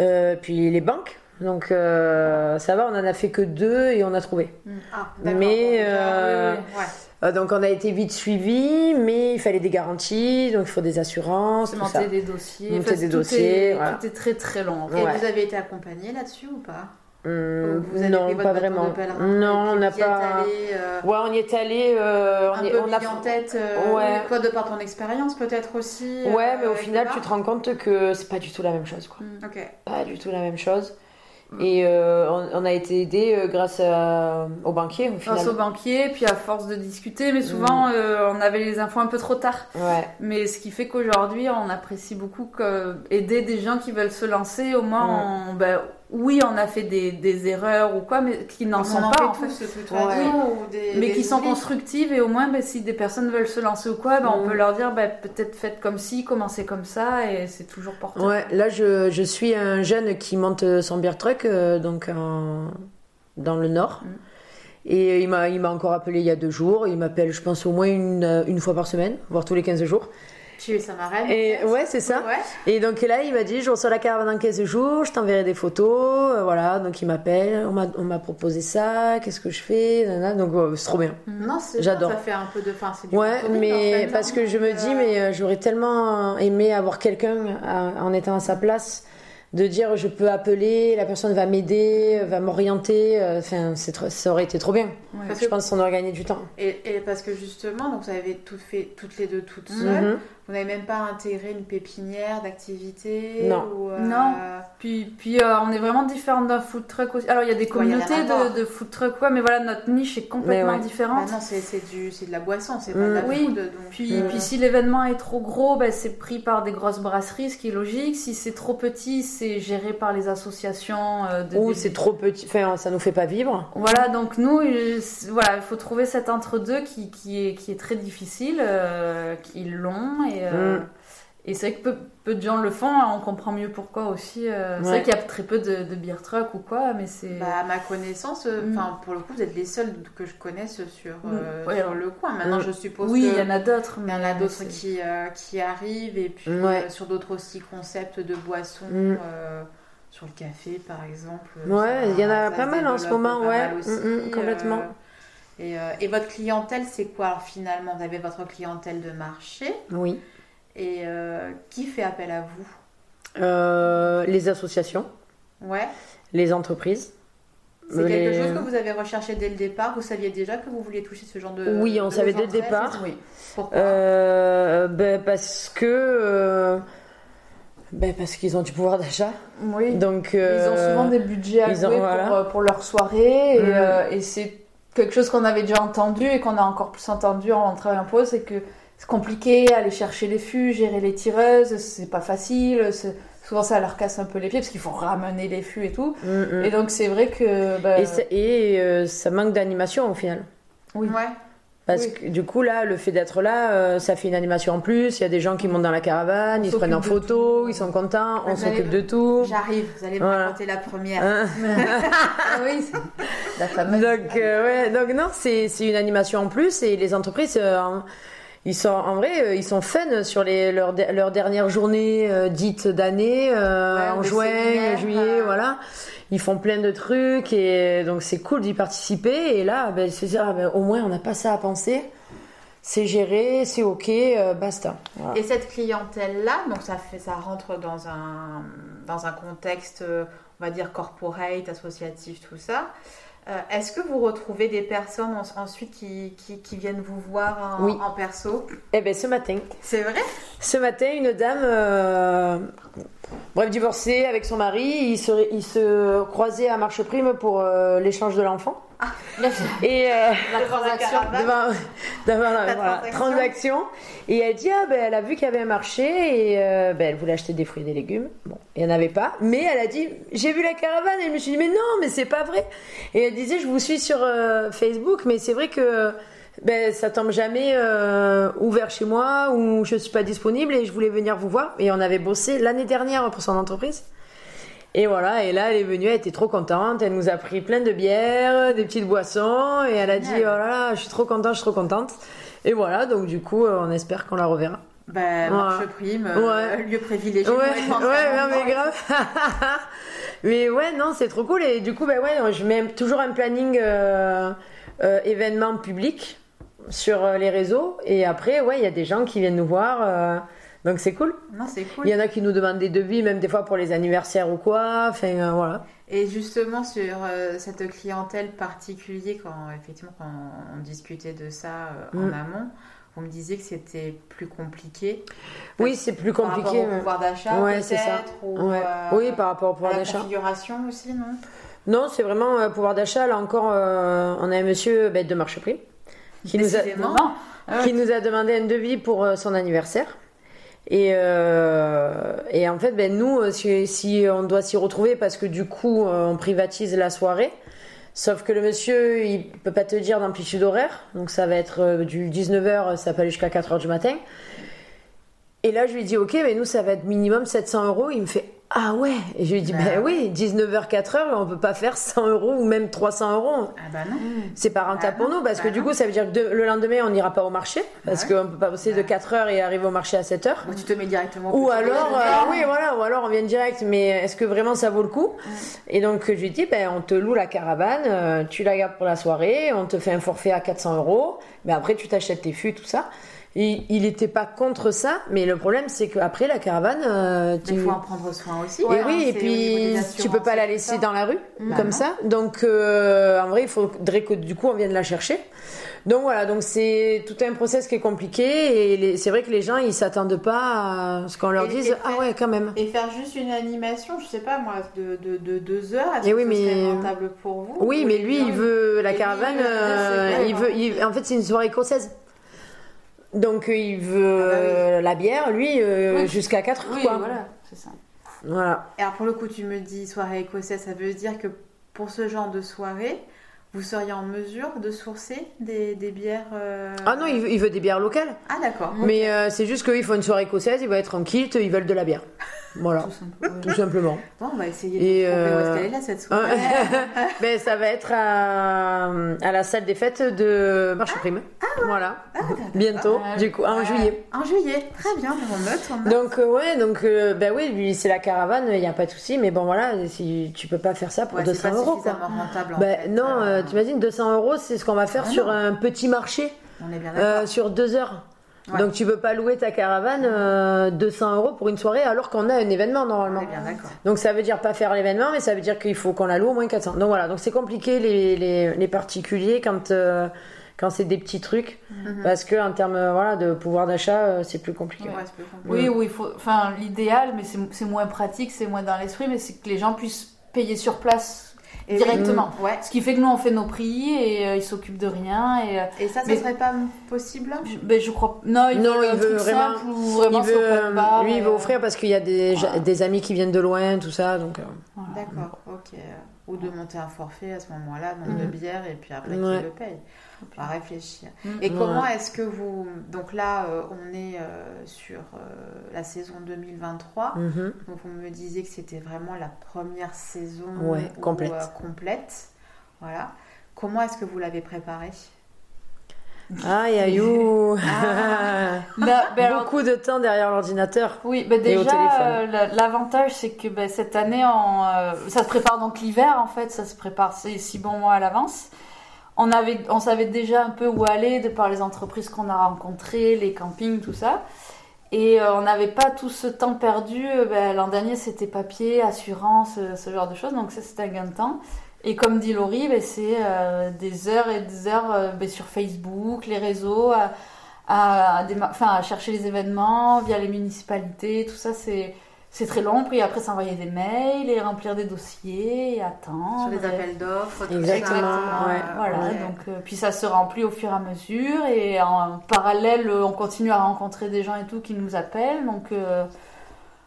Euh, puis les banques. Donc euh, ça va, on en a fait que deux et on a trouvé. Ah, d'accord. Mais, Donc, ah, euh, oui, oui, ouais. Euh, donc on a été vite suivi, mais il fallait des garanties, donc il faut des assurances, tout ça. monter des dossiers. Monter Enfin, des tout dossiers, est- voilà. Tout est très très long. en fait. Et ouais. vous avez été accompagné là-dessus ou pas Hum, Vous avez pris non, votre pas bâton de vraiment. pèlerin Non, et on puis n'a vous y êtes pas. allé, euh, Ouais, on y est allé. euh, on un y- peu on mis a. en tête, euh, Ouais. oui, toi de par ton expérience peut-être aussi. euh, Ouais, mais au avec final, le tu te bar. rends compte que c'est pas du tout la même chose, quoi. Ok. Pas du tout la même chose. Mm. Et euh, on, on a été aidé euh, grâce à- au banquier, au final. Grâce au banquier, puis à force de discuter, mais Mm. souvent euh, on avait les infos un peu trop tard. Ouais. Mais ce qui fait qu'aujourd'hui on apprécie beaucoup que, aider des gens qui veulent se lancer. Au Mm. moins, on- ben, oui, on a fait des, des erreurs ou quoi, mais qui n'en On sont en pas fait en tous, fait. ce truc Ouais. radio ou des- Mais des qui sont oublis. constructives et au moins ben, si des personnes veulent se lancer ou quoi, ben, on Mm. peut leur dire ben, peut-être faites comme ci, commencez comme ça et c'est toujours porteur. Ouais, là je, je suis un jeune qui monte son beer truck euh, donc en- dans le nord. Mm. Et il m'a il m'a encore appelé il y a deux jours. Il m'appelle, je pense, au moins une, euh, une fois par semaine, voire tous les 15 jours. Tu es Samarène. Et ouais, c'est ça. Ah, Ouais. Et donc là, il m'a dit Je reçois la caravane dans 15 jours, je t'enverrai des photos. euh, Voilà, donc il m'appelle, on m'a- on m'a proposé ça, qu'est-ce que je fais nanana. Donc euh, c'est trop bien. Mm. Non, c'est J'adore. Ça fait un peu de fin. c'est du Ouais, mentoring, en mais fait, parce hein. que je me Euh, dis, mais euh, j'aurais tellement aimé avoir quelqu'un à- en étant à sa place, de dire je peux appeler, la personne va m'aider, va m'orienter. euh, Enfin, c'est trop- ça aurait été trop bien. Ouais. Parce Je pense qu'on aurait gagné du temps. Et, et parce que justement, donc vous avez tout fait toutes les deux toutes Mhm. seules. Mhm. Vous n'avez même pas intégré une pépinière d'activité. Non. Ou, euh, Non. Puis, puis euh, on est vraiment différente d'un food truck aussi. Alors il y a des Ouais, il y en a communautés rien à voir. de, de food truck, ouais, mais voilà, notre niche est complètement Mais ouais. Bah différente. non, c'est c'est du c'est de la boisson, c'est pas Mhm. de la Oui. food. Donc, puis, euh, puis si l'événement est trop gros, bah, c'est pris par des grosses brasseries, ce qui est logique. Si c'est trop petit, c'est géré par les associations euh, de Oh, Ou des- c'est trop petit, enfin, ça nous fait pas vivre. Voilà, donc nous, euh, c'est- voilà, il faut trouver cet entre-deux qui, qui, est, qui est très difficile, euh, qui est long. Et, euh, Mm. et c'est vrai que peu, peu de gens le font, hein, on comprend mieux pourquoi aussi. euh, C'est Ouais. vrai qu'il y a très peu de, de beer truck ou quoi, mais c'est. Bah, à ma connaissance, euh, Mm. enfin pour le coup, vous êtes les seuls que je connaisse sur, euh, Mm. Ouais. sur le coin. Maintenant, Mm. je suppose oui, que- il y en a d'autres, il mais y en a d'autres c'est- qui, euh, qui arrivent et puis Ouais. euh, sur d'autres aussi concepts de boissons, Mm. euh, sur le café par exemple. euh, Ouais, ça- il y en a ça pas se mal en ce développe moment, pas ouais. mal aussi, Mm, mm, complètement. euh, et, euh, et votre clientèle, c'est quoi alors finalement Vous avez votre clientèle de marché Oui. et euh, qui fait appel à vous Euh, les associations, Ouais, les entreprises, C'est Les- quelque chose que vous avez recherché dès le départ Vous saviez déjà que vous vouliez toucher ce genre de. Oui, on de savait dès le entrées, départ. c'est- Oui. Pourquoi Euh, ben, parce que. euh, ben, parce qu'ils ont du pouvoir d'achat. Oui. Donc. Ils ont euh, souvent des budgets ils alloués ont- voilà. pour, euh, pour leur soirée et, Mm. euh, et c'est quelque chose qu'on avait déjà entendu et qu'on a encore plus entendu en rentrant en pause, c'est que c'est compliqué aller chercher les fûts, gérer les tireuses, c'est pas facile, c'est- souvent ça leur casse un peu les pieds parce qu'il faut ramener les fûts et tout. mm, mm. Et donc c'est vrai que... bah, Et, ça, et, euh, ça manque d'animation au final. oui. Ouais. Parce Oui. que du coup, là, le fait d'être là, euh, ça fait une animation en plus. Il y a des gens qui montent dans la caravane, On ils se prennent en s'occupe de photo, tout. Ah, bah, euh, ils sont contents, Mais on vous s'occupe allez- de tout. J'arrive, vous allez me Voilà. raconter la première. Hein Ah (laughs) (laughs) oui, c'est la fameuse... donc, euh, ouais, donc, non, c'est c'est une animation en plus et les entreprises. euh, en- ils sont, en vrai, euh, ils sont fun sur les, leurs de- leurs dernières journées euh, dites d'année, euh, Ouais, en des juin, séminaires, juillet, euh. voilà. Ils font plein de trucs et donc c'est cool d'y participer. Et là, ben, se dire, ah, ben, au moins on n'a pas ça à penser. C'est géré, c'est ok, euh, basta. Voilà. Et cette clientèle-là, donc ça, fait, ça rentre dans un, dans un contexte, euh, on va dire, corporate, associatif, tout ça. Euh, Est-ce que vous retrouvez des personnes en- ensuite qui, qui, qui viennent vous voir en, Oui. en perso Eh ben ce matin, C'est vrai ce matin, une dame, euh, bref divorcée avec son mari, ils se, ils se croisaient à marche prime pour euh, l'échange de l'enfant. Et euh, La transaction. (laughs) devant, devant la, La voilà, transaction. transaction. Et elle dit ah ben elle a vu qu'il y avait un marché et euh, ben, elle voulait acheter des fruits et des légumes. Bon, il n'y en avait pas. Mais elle a dit j'ai vu la caravane et je me suis dit mais non mais c'est pas vrai. Et elle disait je vous suis sur euh, Facebook mais c'est vrai que ben, ça tombe jamais euh, ouvert chez moi ou je suis pas disponible et je voulais venir vous voir. Et on avait bossé l'année dernière pour son entreprise. Et voilà, et là elle est venue, elle était trop contente, elle nous a pris plein de bières, des petites boissons, et elle a dit, oh Génial. là là, je suis trop contente, je suis trop contente. Et voilà, donc du coup, euh, on espère qu'on la reverra. Ben, Ouais. marche prime, euh, Ouais. lieu privilégié. Ouais, ouais, hein, pour être ensemble. non, mais grave. (laughs) mais ouais, non, c'est trop cool. Et du coup, bah ouais, je mets toujours un planning euh, euh, événement public sur euh, les réseaux. Et après, ouais, il y a des gens qui viennent nous voir. euh, donc c'est cool. Non, c'est Il cool. y en a qui nous demandent des devis, même des fois pour les anniversaires ou quoi. Enfin, euh, voilà. Et justement, sur euh, cette clientèle particulière, quand effectivement, quand on discutait de ça euh, en Mm. amont, vous me disiez que c'était plus compliqué. Oui, c'est plus Par rapport compliqué. au mais- pouvoir d'achat, Ouais, c'est ça. peut-être, ou Ouais. euh, oui, par rapport au à pouvoir la d'achat. configuration aussi, non Non, c'est vraiment euh, pouvoir d'achat. Là encore, euh, on a un monsieur bête de marche prix qui nous a Décidément. Non. Ah ouais. qui nous a demandé un devis pour euh, son anniversaire. Et, euh, et en fait, ben, nous, euh, si, si on doit s'y retrouver parce que du coup, euh, on privatise la soirée. Sauf que le monsieur, il peut pas te dire d'amplitude horaire. Donc ça va être euh, du 19h, ça peut aller jusqu'à 4h du matin. Et là, je lui dis, ok, mais nous, ça va être minimum 700 euros. Il me fait, ah ouais. Et je lui dis, Bah. ben oui, 19h, 4h, on peut pas faire 100 euros ou même 300 euros. Ah bah non. C'est pas Bah rentable pour non, nous parce que bah du non. coup, ça veut dire que de- le lendemain, on n'ira pas au marché parce qu'on peut pas bosser de Bah. 4 heures et arriver au marché à 7 heures. Ou tu te mets directement. au Ou petit alors, déjeuner. euh, oui, voilà, ou alors on vient direct, mais est-ce que vraiment ça vaut le coup Et donc, je lui dis, ben, on te loue la caravane, euh, tu la gardes pour la soirée, on te fait un forfait à 400 euros, mais après, tu t'achètes tes fûts, tout ça. Et il n'était pas contre ça, mais le problème, c'est qu'après, la caravane, euh, Mais tu, il faut en prendre soin aussi. hein, et oui, et puis tu peux pas la laisser dans la rue Bah comme non. ça. Donc euh, en vrai, il faudrait que du coup on vienne la chercher. Donc voilà, donc c'est tout un process qui est compliqué et les- c'est vrai que les gens ils s'attendent pas à ce qu'on leur Et- dise et ah faire- ouais quand même. Et faire juste une animation, je sais pas moi, de, de, de deux heures, est-ce Eh que oui, ce mais- serait rentable pour vous Oui, Ou mais les lui gens, il veut la Et lui, caravane, il veut- euh, c'est vrai, il hein. veut, il- en fait c'est une soirée écossaise. Donc euh, il veut Ah bah oui. euh, la bière, lui euh, Oui. jusqu'à 4 heures Oui, quoi. voilà, c'est ça. Voilà. Et alors pour le coup, tu me dis soirée écossaise, ça veut dire que pour ce genre de soirée, vous seriez en mesure de sourcer des, des bières. euh, Ah non, il veut- il veut des bières locales. Ah d'accord. Mais euh, c'est juste qu'ils font une soirée écossaise, ils vont être en kilt, ils veulent de la bière. Voilà, (laughs) Tout simplement. tout simplement. Bon, on va essayer Et, de trouver où est-ce euh, qu'elle est là cette soirée. Mais ça va être à, à la salle des fêtes de Marche Prime. voilà, Ah, d'accord. bientôt, Ah, du coup, en ouais. juillet. En juillet, très bien, on note, on note. Donc euh, ouais, donc euh, bah oui, lui, c'est la caravane, il n'y a pas de souci, mais bon voilà, si tu peux pas faire ça pour Ouais, c'est 200 pas euros quoi. suffisamment rentable en Bah, fait. non, Euh, euh, t'imagines 200 euros, c'est ce qu'on va faire Ah sur non. un petit marché On est bien euh, d'accord. sur deux heures. Ouais. Donc tu peux pas louer ta caravane euh, 200 euros pour une soirée alors qu'on a un événement On est normalement. bien d'accord. Donc ça veut dire pas faire l'événement, mais ça veut dire qu'il faut qu'on la loue au moins 400. Donc voilà, donc c'est compliqué les, les- les particuliers quand, euh, quand c'est des petits trucs, Mhm. parce que en termes euh, voilà, de pouvoir d'achat, euh, c'est plus compliqué. Ouais, c'est plus compliqué. Oui, oui, il faut. Enfin, l'idéal, mais c'est c'est moins pratique, c'est moins dans l'esprit, mais c'est que les gens puissent payer sur place Et- euh, directement. Ouais. Ce qui fait que nous, on fait nos prix et euh, ils s'occupent de rien. Et, euh, Et ça, ça Mais- serait pas possible là je, ben, je crois. Non, il Non, veut, il veut vraiment- simple ou vraiment il sur veut, euh, open bar, lui, et, il veut offrir parce qu'il y a des, euh, voilà. des amis qui viennent de loin, tout ça. Donc, euh, voilà. D'accord, ok. Ou de monter un forfait à ce moment-là, nombre de Mhm. bières, et puis après Ouais. qui le paye. On va réfléchir. Mhm. Et Ouais. comment est-ce que vous... Donc là, euh, on est euh, sur euh, la saison 2023. mhm. Donc vous me disiez que c'était vraiment la première saison Ouais, où, complète. euh, complète. Voilà. Comment est-ce que vous l'avez préparée aïe aïe ouh. (laughs) Là, ben, Ah. alors, Beaucoup de temps derrière l'ordinateur. Oui, ben Et au déjà, téléphone. euh, la- l'avantage, c'est que ben, cette année, on, euh, ça se prépare donc l'hiver, en fait, ça se prépare c'est six bons mois à l'avance. On, avait, on savait déjà un peu où aller de par les entreprises qu'on a rencontrées, les campings, tout ça. Et euh, on n'avait pas tout ce temps perdu. Euh, ben, L'an dernier, c'était papier, assurance, euh, ce genre de choses. Donc ça, c'était un gain de temps. Et comme dit Laurie, ben, c'est euh, des heures et des heures euh, ben, sur Facebook, les réseaux, à, à, déma- enfin, à chercher les événements via les municipalités. Tout ça, c'est c'est très long. Puis après, s'envoyer des mails et remplir des dossiers et attendre. Sur les Et- appels d'offres tout Exactement, ça, ouais. euh, voilà, ok. donc euh, puis ça se remplit au fur et à mesure et en parallèle euh, on continue à rencontrer des gens et tout qui nous appellent donc euh,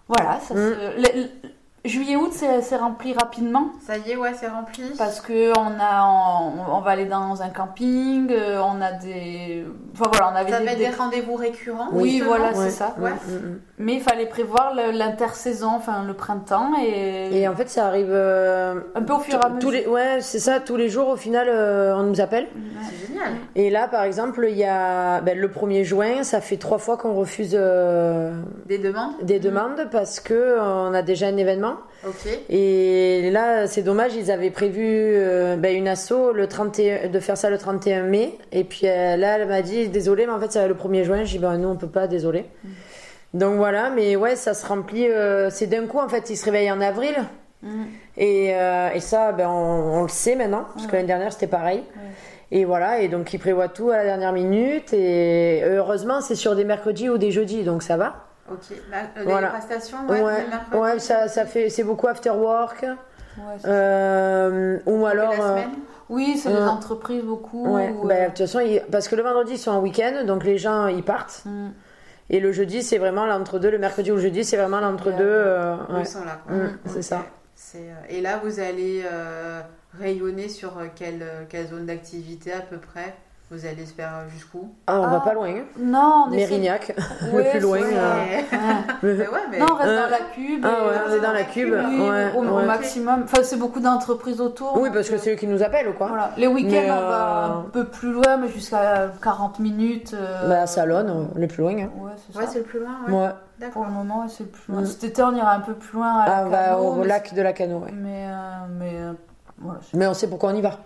voilà ça Mm. se- le- le- juillet août c'est c'est rempli rapidement Ça y est, ouais, c'est rempli. parce que on a on, on va aller dans un camping euh, on a des enfin voilà on avait Ça des, va être des- des rendez-vous récurrents Oui, justement voilà, c'est Ouais. ça. Ouais. Mhm. mais il fallait prévoir le- l'intersaison enfin le printemps et, Et en fait, ça arrive euh, un peu au fur et à mesure tous les, ouais, c'est ça. Tous les jours, au final, euh, on nous appelle. Ouais. C'est génial. Et là, par exemple, il y a ben, le 1er juin, ça fait trois fois qu'on refuse euh, Des demandes des demandes parce que euh, on a déjà un événement. Ok. Et là, c'est dommage, ils avaient prévu euh, ben, une asso le 31, de faire ça le 31 mai. Et puis euh, là, elle m'a dit désolé, mais en fait, ça va le 1er juin. J'ai dit ben, nous, on peut pas, désolé. Mm. Donc voilà, mais ouais, ça se remplit. euh, c'est d'un coup, en fait, ils se réveillent en avril. Mm. Et, euh, et ça, ben, on, on le sait maintenant, parce que Ouais. l'année dernière, c'était pareil. Ouais. Et voilà, et donc ils prévoient tout à la dernière minute. Et euh, heureusement, c'est sur des mercredis ou des jeudis, donc ça va. Ok, Ma- euh, Voilà. les prestations, ouais, ouais, le mercredi. ouais, ça, ça fait, c'est beaucoup after work. Ouais, c'est- euh, ou Et alors. la euh, semaine oui c'est euh, les entreprises beaucoup ouais, ou, ben, euh, de toute façon, ils- parce que le vendredi, ils sont en week-end, donc les gens, ils partent. mm. Et le jeudi, c'est vraiment l'entre-deux. Le mercredi ou le jeudi, c'est vraiment l'entre-deux. euh, ouais. Ils sont là, quoi. Mm, c'est Ok. ça. C'est, euh, Et là, vous allez euh, rayonner sur euh, quelle, euh, quelle zone d'activité à peu près Vous allez se faire euh, jusqu'où Ah, on va Ah. pas loin. Non, on essaie- Mérignac, Ouais, le plus c'est loin. ça. euh, Ouais. Mais (laughs) ouais, mais Non, on reste Euh, dans la pub. ah et- ouais, on est dans la cube. Oui, ouais, au, au ouais. maximum. Enfin, c'est beaucoup d'entreprises autour. Oui, donc, parce que euh, c'est eux qui nous appellent ou quoi Voilà. Les week-ends, Mais, on va euh, un peu plus loin, mais jusqu'à 40 minutes. euh, Bah, Salon, on est plus loin. hein. Ouais, c'est ouais, ça. c'est le plus loin, ouais. Ouais. Pour D'accord. le moment, c'est le plus loin. Mm. Cet été, on ira un peu plus loin. À Ah, on va Lacanau, au mais- lac de la Cano, ouais. Mais, euh, mais euh, voilà. c'est- Mais on sait pourquoi on y va.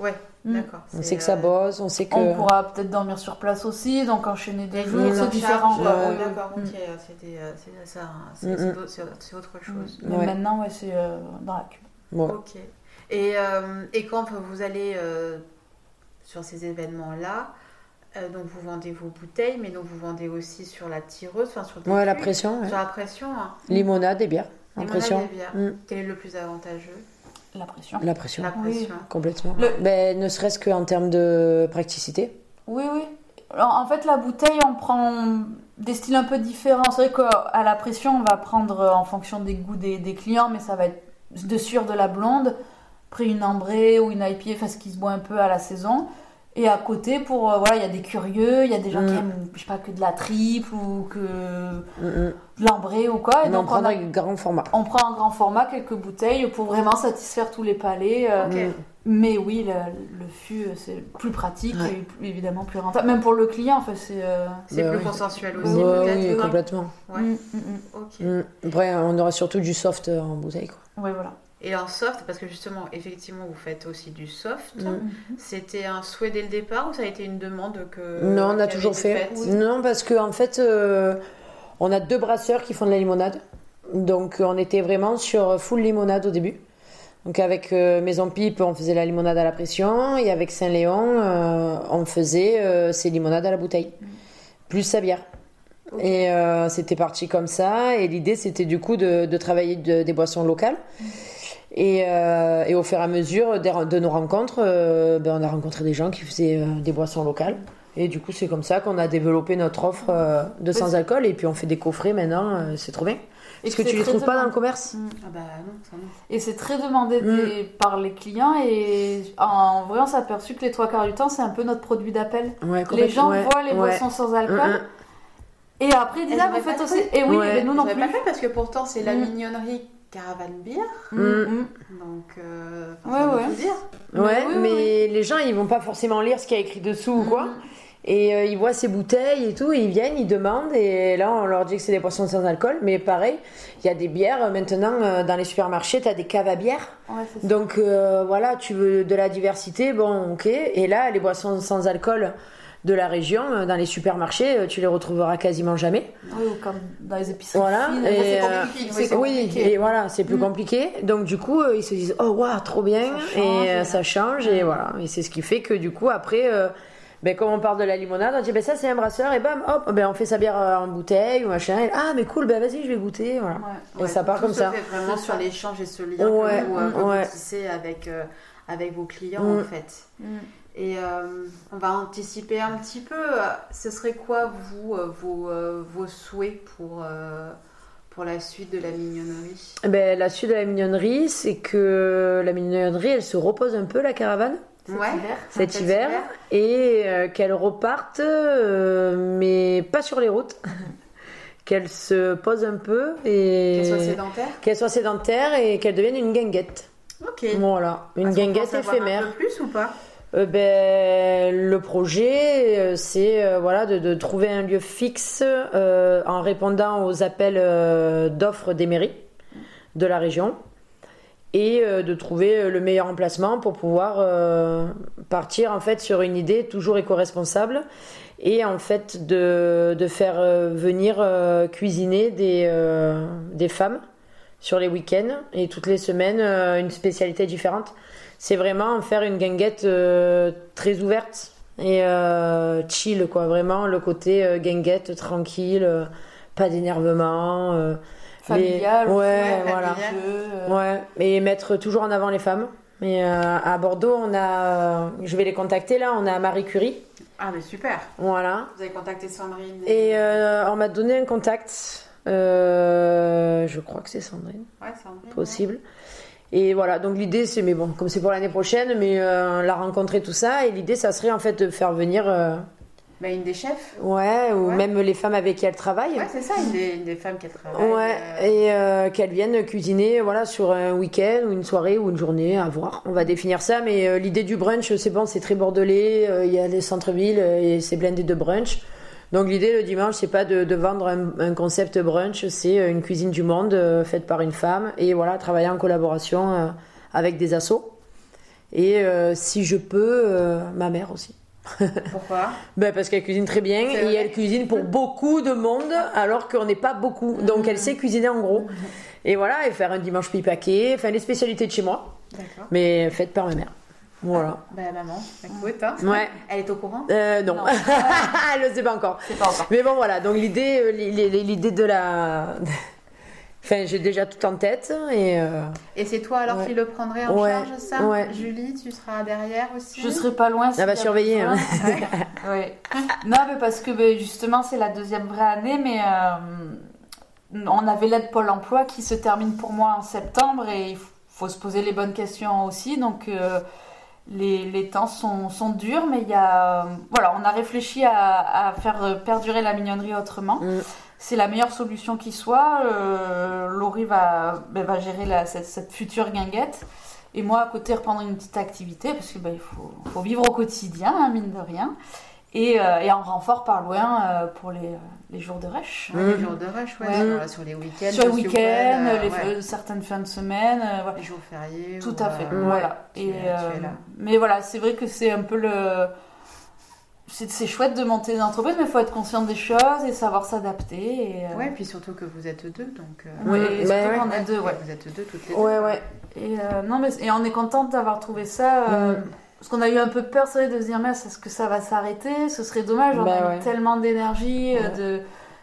Ouais, Mm. d'accord. On sait que ça euh, bosse, on sait que. On pourra peut-être dormir sur place aussi, donc enchaîner les des jours jours, en c'est charge, différent. quoi. euh, Oui, oui. D'accord, Mm. ok, euh, c'était, euh, c'est ça, hein, c'est Mm, c'est mm. autre- c'est- c'est autre chose. Mais Ouais. maintenant, ouais, c'est euh, dans la cube. Ouais. Ok. Et, euh, et quand vous allez euh, sur ces événements-là, euh, donc vous vendez vos bouteilles, mais donc vous vendez aussi sur la tireuse, enfin sur, des Ouais, la cuves, pression. ouais. sur la pression. hein. Limonade et bière. La Limonade pression. et bière. Mm. Quel est le plus avantageux La pression. La pression. La Oui. Bah pression. Complètement. Le- Ben, ne serait-ce qu'en termes de praticité. Oui, oui. Alors, en fait, la bouteille, on prend des styles un peu différents. C'est vrai qu'à la pression, on va prendre euh, en fonction des goûts des, des clients, mais ça va être de sûr de la blonde, après une ambrée ou une IPA, enfin ce qui se boit un peu à la saison. Et à côté, pour euh, voilà, il y a des curieux, il y a des gens qui Mm. aiment, je sais pas, que de la triple ou que de Mm, mm. l'ambrée ou quoi. Et Mais on Ah, donc, on, prendra a- un grand format. on prend en grand format quelques bouteilles pour vraiment satisfaire tous les palais. euh, Ok. Mm. mais oui, le, le fût, euh, c'est plus pratique Ouais. et plus- évidemment plus rentable. Même pour le client, enfin, c'est. euh, C'est Bah plus oui. consensuel aussi, Ouais, peut-être. oui, hein. complètement. Ouais. mm, mm, mm. Ok. Mm. Après, on aura surtout du soft en bouteille. Quoi. Ouais, voilà. Et en soft, parce que justement, effectivement, vous faites aussi du soft. Mm. C'était un souhait dès le départ ou ça a été une demande que. Non, on qui a avait toujours été fait. Mm. faite Non, parce qu'en en fait, euh, on a deux brasseurs qui font de la limonade. Donc, on était vraiment sur full limonade au début. Donc, avec euh, Maison Pipe, on faisait la limonade à la pression. Et avec Saint-Léon, euh, on faisait euh, ces limonades à la bouteille. Plus sa bière. Ok. Et euh, c'était parti comme ça. Et l'idée, c'était du coup de, de travailler de- des boissons locales. Mm. Et, euh, et au fur et à mesure des- de nos rencontres, euh, ben, on a rencontré des gens qui faisaient euh, des boissons locales. Et du coup, c'est comme ça qu'on a développé notre offre euh, de sans alcool. Et puis, on fait des coffrets maintenant. euh, c'est trop bien. Parce que c'est tu les très trouves pas dans le demandé. commerce. Ah bah non, ça non. Et c'est très demandé Mm. des- par les clients et en vrai on s'est aperçu que les trois quarts du temps c'est un peu notre produit d'appel. Ouais, Les complètement, gens ouais, voient les ouais. boissons sans alcool Mm, mm. et après ils disent Elles ah auraient vous faites pas aussi. Et oui Ouais. mais nous non J'aurais plus. pas fait parce que pourtant c'est la Mm. mignonnerie caravane bière. Mm, mm. Donc, euh, Ouais, enfin, ça veut ouais. tout dire. Ouais, Oui, oui, mais les gens, ils vont pas forcément lire ce qu'il y a écrit dessous ou quoi. Et euh, ils voient ces bouteilles et tout, et ils viennent, ils demandent, et là on leur dit que c'est des boissons sans alcool, mais pareil, il y a des bières euh, maintenant euh, dans les supermarchés, t'as des caves à bière. Ouais, c'est ça. Donc euh, voilà, tu veux de la diversité, bon ok. Et là, les boissons sans alcool de la région, euh, dans les supermarchés, euh, tu les retrouveras quasiment jamais. Oui, ou comme dans les épiceries. Voilà. fines. Et, c'est euh, compliqué, c'est- c'est compliqué. Oui, et voilà, c'est plus Mm. compliqué. Donc du coup, euh, ils se disent oh waouh, trop bien, Ça et change, euh, et- ça change, et voilà. Et c'est ce qui fait que du coup après. euh, ben, comme on parle de la limonade, on dit ben ça c'est un brasseur et bam hop ben on fait sa bière euh, en bouteille ou machin et, ah mais cool ben vas-y je vais goûter voilà Ouais. Et ça part tout comme se ça. fait vraiment C'est sur ça. l'échange et ce lien Ouais, que vous, euh, que vous ouais. tissez avec, euh, avec vos clients, Mm. en fait. Mm. Et euh, on va anticiper un petit peu. euh, Ce serait quoi, vous, euh, vos, euh, vos souhaits pour, euh, pour la suite de la mignonnerie ben la suite de la mignonnerie c'est que la mignonnerie elle se repose un peu la caravane Cet Ouais. hiver. cet hiver et euh, qu'elles repartent, euh, mais pas sur les routes. (laughs) qu'elles se posent un peu et Qu'elle soit sédentaire qu'elles soient sédentaires et qu'elles deviennent une guinguette. Ok. Voilà, une Est-ce qu'on guinguette peut en savoir Un éphémère. peu plus ou pas Euh, ben, le projet, euh, c'est euh, voilà de, de trouver un lieu fixe euh, en répondant aux appels euh, d'offres des mairies de la région et euh, de trouver euh, le meilleur emplacement pour pouvoir euh, partir en fait sur une idée toujours éco-responsable et en fait de, de faire euh, venir euh, cuisiner des, euh, des femmes sur les week-ends et toutes les semaines euh, une spécialité différente. C'est vraiment en faire une guinguette euh, très ouverte et euh, chill quoi, vraiment le côté euh, guinguette tranquille, euh, pas d'énervement. euh, Familial. euh, les- Ouais, ouais, voilà. familial. Ouais, et mettre toujours en avant les femmes. Mais euh, à Bordeaux, on a, euh, je vais les contacter là, on a Marie Curie, Ah, mais super. voilà. Vous avez contacté Sandrine. Et euh, on m'a donné un contact, euh, je crois que c'est Sandrine, Ouais, Sandrine. possible. Et voilà, donc l'idée c'est, mais bon, comme c'est pour l'année prochaine, mais euh, la rencontrer tout ça, et l'idée ça serait en fait de faire venir, euh, ouais. Bah, une des chefs. ouais, ou Ouais. même les femmes avec qui elle travaille. Ouais, c'est ça, une des, une des femmes qui travaille. Ouais, et euh, qu'elles viennent cuisiner voilà, sur un week-end ou une soirée ou une journée, à voir. On va définir ça, mais euh, l'idée du brunch, c'est bon, c'est très bordelais, euh, il y a les centres-villes euh, et c'est blindé de brunch. Donc l'idée le dimanche, c'est pas de, de vendre un, un concept brunch, c'est euh, une cuisine du monde euh, faite par une femme et voilà, travailler en collaboration euh, avec des assos. Et euh, si je peux, euh, ma mère aussi. euh, Pourquoi Ben parce qu'elle cuisine très bien C'est et vrai. elle cuisine pour beaucoup de monde alors qu'on n'est pas beaucoup. Donc elle sait cuisiner en gros. Et voilà, et faire un dimanche pipaqué, enfin les spécialités de chez moi, D'accord. mais faites par ma mère. Voilà. Bah, maman, écoute, hein. Ouais. Elle est au courant Euh, non, (laughs) Non. elle le sait pas encore. C'est pas encore. Mais bon voilà, donc l'idée euh, li- li- li- l'idée de la... (laughs) Enfin j'ai déjà tout en tête et... euh, Et c'est toi alors Ouais. qui le prendrais en Ouais. charge, ça Ouais. Julie, tu seras derrière aussi Je serai pas loin. s'il va y a Ah, bah, surveiller, hein. besoin. (laughs) Ouais. Ouais. Non, mais parce que ben, justement, c'est la deuxième vraie année, mais euh, on avait l'aide Pôle emploi qui se termine pour moi en septembre et il f- faut se poser les bonnes questions aussi. Donc, euh, les, les temps sont, sont durs, mais il y a. euh, Voilà, on a réfléchi à, à faire euh, perdurer la mignonnerie autrement. Mm. C'est la meilleure solution qui soit. Euh, Laurie va, ben, va gérer la- cette, cette future guinguette. Et moi, à côté, reprendre une petite activité, parce que ben, il faut, faut vivre au quotidien, hein, mine de rien. Et, euh, et en renfort par loin euh, pour les, euh, les jours de rush. (laughs) Ouais, Mmh. Les jours de rush, ouais, Ouais. sur, voilà, sur les week-ends. Sur le tous les week-end, week-ends, euh, les- ouais, euh, certaines fins de semaine. euh, voilà. les jours fériés. Tout ou, à fait, euh, voilà. tu Et, es- tu es euh, là. mais voilà, c'est vrai que c'est un peu le. C'est c'est chouette de monter une entreprise, mais il faut être conscient des choses et savoir s'adapter. Et, euh, Ouais, puis surtout que vous êtes deux, donc. euh, on est- Ouais, surtout bah qu'on est deux, ouais. Vous êtes deux toutes les deux. Ouais, ouais. Et, euh, non, mais, et on est contente d'avoir trouvé ça. euh, Mm. Parce qu'on a eu un peu peur, c'est vrai, de se dire, merde, est-ce que ça va s'arrêter Ce serait dommage, on Bah a mis ouais. tellement d'énergie, euh, Ouais. de,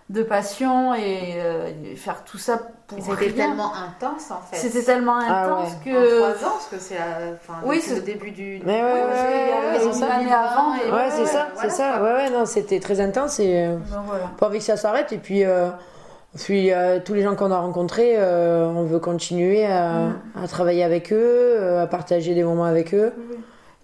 de passion et, euh, et faire tout ça pour. Et C'était rien. tellement intense en fait. C'était tellement Ah intense ouais. que. En trois ans, parce que c'est la- enfin, Oui, c'est le c'est- début du. Mais ouais, Ouais, ouais, parce qu'il y avait ouais, une c'est ça. année avant et- Ouais, c'est ouais, ça, c'est ça. Ouais, ouais, non, c'était très intense et euh, Ben voilà. pas envie que ça s'arrête. Et puis, euh, puis euh, tous les gens qu'on a rencontrés, euh, on veut continuer Mm. à, à travailler avec eux, euh, à partager des moments avec eux.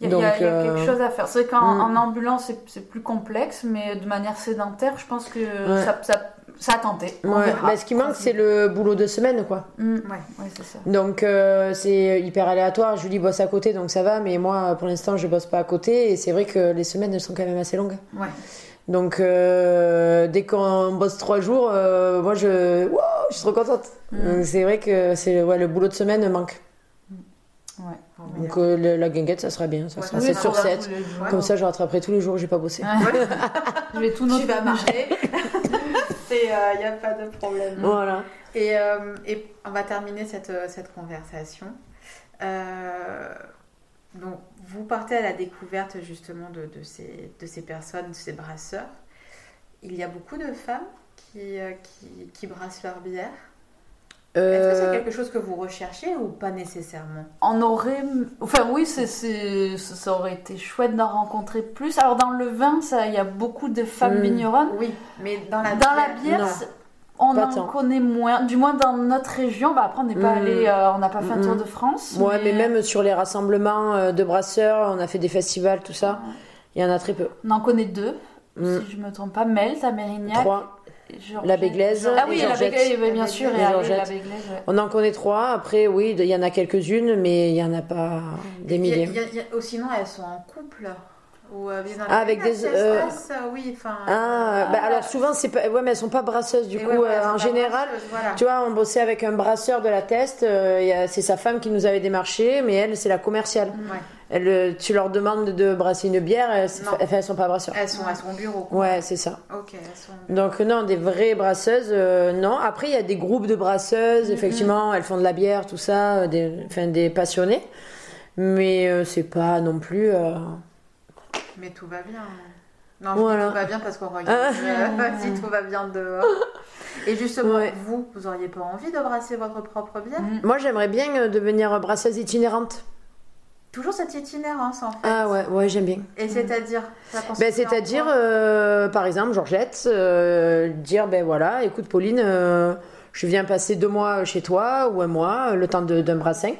Il y a, il y a- il y a Donc, quelque euh, chose à faire. C'est vrai qu'en mm. en ambulance, c'est- c'est plus complexe, mais de manière sédentaire, je pense que Ouais. ça, ça, ça a tenté. On Ouais. verra. Bah, ce qui manque, c'est le boulot de semaine, quoi. Mm. Ouais. Ouais, c'est ça. Donc euh, c'est hyper aléatoire. Julie bosse à côté, donc ça va. Mais moi, pour l'instant, je bosse pas à côté. Et c'est vrai que les semaines elles sont quand même assez longues. Ouais. Donc euh, dès qu'on bosse trois jours, euh, moi je, Wow, je suis trop contente. Mm. Donc c'est vrai que c'est ouais, le boulot de semaine manque. Ouais. Donc euh, le- la guinguette, ça sera bien. Ça Ouais, sera oui, 7 ça sur va 7. tous les jours. Comme ça, je rattraperai tous les jours où j'ai pas bossé. Ouais. je vais tout Tu noter. vas marcher. (laughs) Il n'y a pas de problème. Voilà. Et, euh, et on va terminer cette, euh, cette conversation. Euh, donc, vous partez à la découverte justement de, de ces, de ces personnes, de ces brasseurs. Il y a beaucoup de femmes qui, euh, qui, qui brassent leur bière. Est-ce que c'est Euh, quelque chose que vous recherchez ou pas nécessairement On aurait. Enfin, oui, c'est c'est- ça ça aurait été chouette d'en rencontrer plus. Alors, dans le vin, ça, il y a beaucoup de femmes Mm. vigneronnes. Oui, mais dans la Dans la bière. bière, non. c'est- on Pas en tant. connaît moins. Du moins, dans notre région, bah, après, on n'est pas Mm. allé. euh, on n'a pas fait un Mm, tour mm. de France. Ouais, mais même sur les rassemblements euh, de brasseurs, on a fait des festivals, tout ça. Il y en a très peu. On en connaît deux, Mm. si je me trompe pas. Mel, ta Mérignac. Trois. et Georgette. La Béglaise Ah et oui, la Georgette. Béglaise, oui, bien Et sûr. Et allez, la Georgette. Béglaise, ouais. On en connaît trois. Après, oui, il y en a quelques-unes, mais il n'y en a pas des Il y a- milliers. il y a- il y a- ou sinon, elles sont en couple. Ou euh, vis-à-vis. Ah, avec Ah, des- si elles euh, se passent, euh, oui, enfin. Ah, bah Ah. alors souvent, c'est pas... ouais, mais elles sont pas brasseuses du et coup. ouais, voilà, euh, c'est en pas général, grand-chose, voilà. tu vois, on bossait avec un brasseur de la Teste. euh, il y a- c'est sa femme qui nous avait démarché, mais elle, c'est la commerciale. Ouais. Elle, euh, tu leur demandes de brasser une bière, elles, Non. enfin, elles sont pas brasseurs. Elles sont à son bureau. quoi. Ouais, c'est ça. Ok, elles sont. Donc non, des vraies brasseuses, euh, non. Après, il y a des groupes de Mm-hmm. brasseuses, effectivement, elles font de la bière, tout ça, euh, des, enfin, des passionnés. Mais euh, c'est pas non plus... euh, Mais tout va bien. hein. Non, je dis Voilà. tout va bien (laughs) parce qu'on regarde Ah. (laughs) si tout va bien dehors. Et justement, Ouais. vous, vous auriez pas envie de brasser votre propre bière Mm. Moi, j'aimerais bien euh, devenir brasseuse itinérante. Toujours cette itinérance en fait. Ah ouais, ouais, j'aime bien. Et c'est-à-dire ça consiste Ben, en C'est-à-dire, quoi euh, par exemple, Georgette, euh, dire, ben voilà, écoute Pauline, euh, je viens passer deux mois chez toi ou un mois, euh, le temps de- d'un brassin,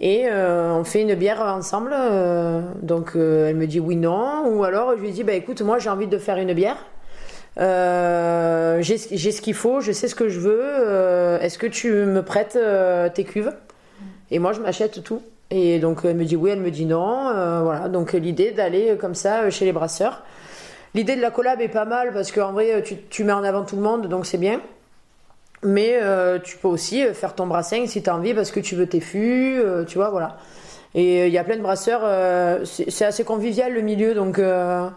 et euh, on fait une bière ensemble. euh, donc euh, elle me dit oui, non, ou alors je lui dis, ben écoute, moi j'ai envie de faire une bière. Euh, j'ai ce j'ai ce qu'il faut, je sais ce que je veux. euh, Est-ce que tu me prêtes euh, tes cuves Et moi, je m'achète tout. Et donc, elle me dit oui, elle me dit non. euh, voilà, donc euh, l'idée d'aller euh, comme ça euh, chez les brasseurs. L'idée de la collab est pas mal parce qu'en vrai, euh, tu, tu mets en avant tout le monde, donc c'est bien. Mais euh, tu peux aussi euh, faire ton brassin si tu as envie parce que tu veux tes fûts, euh, tu vois, voilà. Et euh, il y a plein de brasseurs, euh, c'est c'est assez convivial le milieu, donc euh,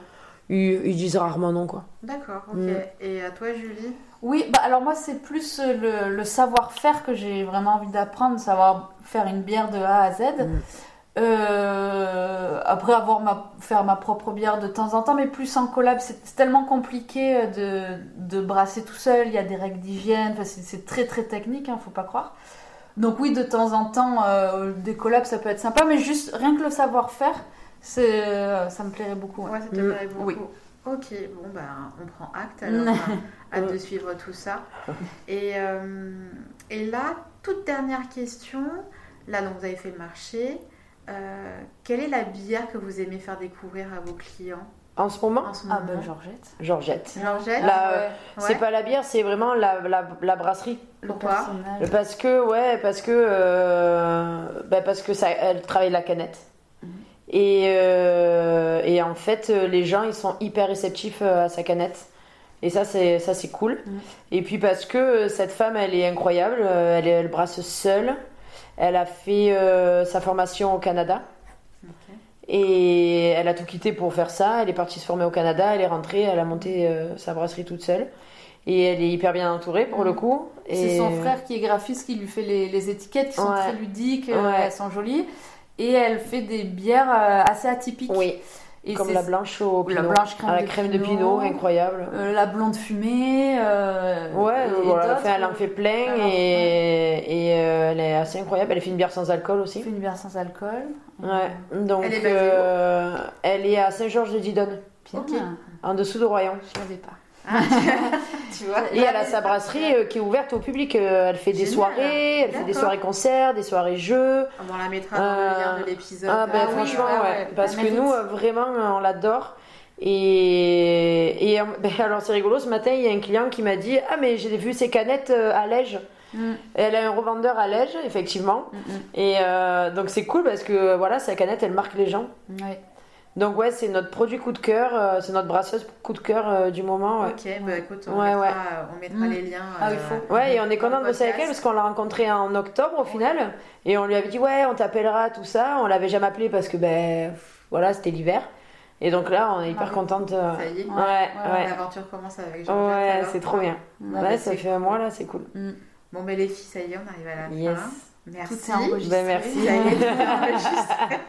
ils, ils disent rarement non, quoi. D'accord, ok. Mm. Et à toi, Julie Oui, bah alors moi c'est plus euh, le, le savoir-faire que j'ai vraiment envie d'apprendre, savoir faire une bière de A à Z. Mm. Euh, après avoir ma, faire ma propre bière de temps en temps, mais plus en collab, c'est c'est tellement compliqué euh, de, de brasser tout seul, il y a des règles d'hygiène, enfin, c'est- c'est très très technique, hein, faut pas croire. Donc oui, de temps en temps, euh, des collabs ça peut être sympa, mais juste rien que le savoir-faire, c'est, euh, ça me plairait beaucoup. ouais. Ouais, ça te Mm. plairait beaucoup. Oui. Ok, bon ben on prend (laughs) acte alors hein. hâte de suivre tout ça. Et, euh, et là, toute dernière question, là donc vous avez fait le marché, Euh, quelle est la bière que vous aimez faire découvrir à vos clients En ce moment, en ce Ah moment ben Georgette. Ah Georgette. Georgette Mhm. La- Ouais. Ouais. euh, C'est pas la bière, c'est vraiment la- la- la brasserie. le Pourquoi personnage. Parce que, ouais, parce que, euh, bah, parce que ça, elle travaille la canette. Mhm. Et, euh, et en fait, euh, les gens, ils sont hyper réceptifs euh, à sa canette. Et ça, c'est ça, c'est cool. Ouais. Et puis parce que euh, cette femme, elle est incroyable. euh, Elle, est- elle brasse seule. Elle a fait euh, sa formation au Canada. Ok. Et elle a tout quitté pour faire ça. Elle est partie se former au Canada. Elle est rentrée. Elle a monté euh, sa brasserie toute seule. Et elle est hyper bien entourée pour le Mhm. coup. Et... C'est son frère qui est graphiste qui lui fait les, les étiquettes qui sont Ouais. très ludiques, euh, Ouais. elles sont jolies. Et elle fait des bières euh, assez atypiques. Oui, Et comme c'est- la blanche au la pinot. blanche crème, Ah, la de, crème pinot, de pinot, incroyable. euh, la blonde fumée. euh, Ouais, et donc voilà, elle, en d'autres. euh, fait, elle en fait plein Elle en fait et, et, euh, elle est assez incroyable. Elle fait une bière sans alcool Elle aussi. fait une bière sans alcool. Ouais, donc Elle est basée où euh, elle est à Saint-Georges-de-Didonne, Bien, Ok. en dessous de Royan. je savais pas. Ah, tu vois Et elle a sa brasserie euh, qui est ouverte au public. euh, Elle fait des Génial. soirées, elle fait des D'accord. soirées concerts, des soirées jeux. On la mettra dans le lien Euh, de l'épisode. Ah, ben oui, franchement, ah ouais, ouais, parce elle que nous, mérite. euh, vraiment, euh, on l'adore. Et, et euh, (laughs) ben, alors, c'est rigolo, ce matin, il y a un client qui m'a dit Ah, mais j'ai vu ces canettes euh, à Lège. Mm, Elle a un revendeur à Lège, effectivement. mm, mm. Et euh, donc, c'est cool parce que voilà, sa canette, elle marque les gens. mm. Ouais. Donc, ouais, c'est notre produit coup de cœur, euh, c'est notre brasseuse coup de cœur euh, du moment. ouais. Ok, bah écoute, on Ouais, mettra, ouais. on mettra Mm. les liens. Ah, il euh, faut. Ouais, et on est content de bosser avec podcast. elle parce qu'on l'a rencontrée en octobre au final. Et on lui avait dit, ouais, on t'appellera, tout ça. On l'avait jamais appelée parce que, ben, pff, voilà, c'était l'hiver. Et donc là, on est hyper Ah oui. contente. euh, Ça y est, Ouais, Ouais, ouais. l'aventure commence avec Ouais, Jean-Jacques. alors. c'est trop bien. Mm. Ouais, bah, ça c'est fait un mois là, c'est cool. Bon, mais les filles, ça y est, on arrive à la Yes. fin. Merci. Tout est enregistré. Ben, merci. Ça y est, tout (laughs) est enregistré.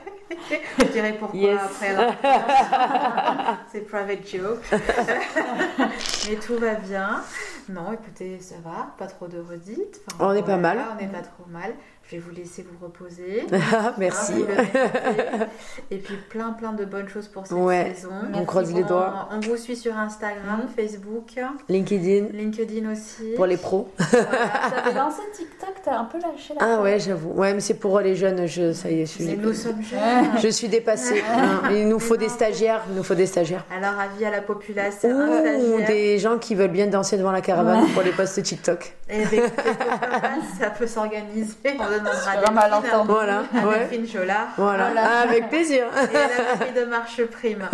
Je dirais pourquoi Yes. après avoir- (laughs) C'est private joke. (laughs) mais tout va bien. Non, écoutez, ça va. Pas trop de redites. Enfin, On est pas voilà, mal. On n'est pas trop mal. Je vais vous laisser vous reposer. Hein, (laughs) Ah, Merci. vous le méritez. Et puis plein plein de bonnes choses pour cette Ouais. saison. Merci, croise les On- doigts. On vous suit sur Instagram, Mhm. Facebook, LinkedIn LinkedIn aussi. pour les pros. (laughs) Voilà. T'avais lancé TikTok, t'as un peu lâché la Ah ouais, j'avoue. Ouais, mais c'est pour les jeunes. Je, ça y est, je Mais suis, nous sommes (laughs) jeunes. je suis dépassée. hein. Il nous faut des stagiaires. Il nous faut des stagiaires. Alors avis à la populace, un Ou stagiaire. des gens qui veulent bien danser devant la caravane pour les posts TikTok. Eh ben, écoutez, pourquoi pas, ça peut s'organiser. On demandera Sur un hein. malentendu. Voilà. à Ouais. Delphine Chola Voilà. Ah, Voilà. Avec plaisir. et à la mairie de Marche (laughs) Prime.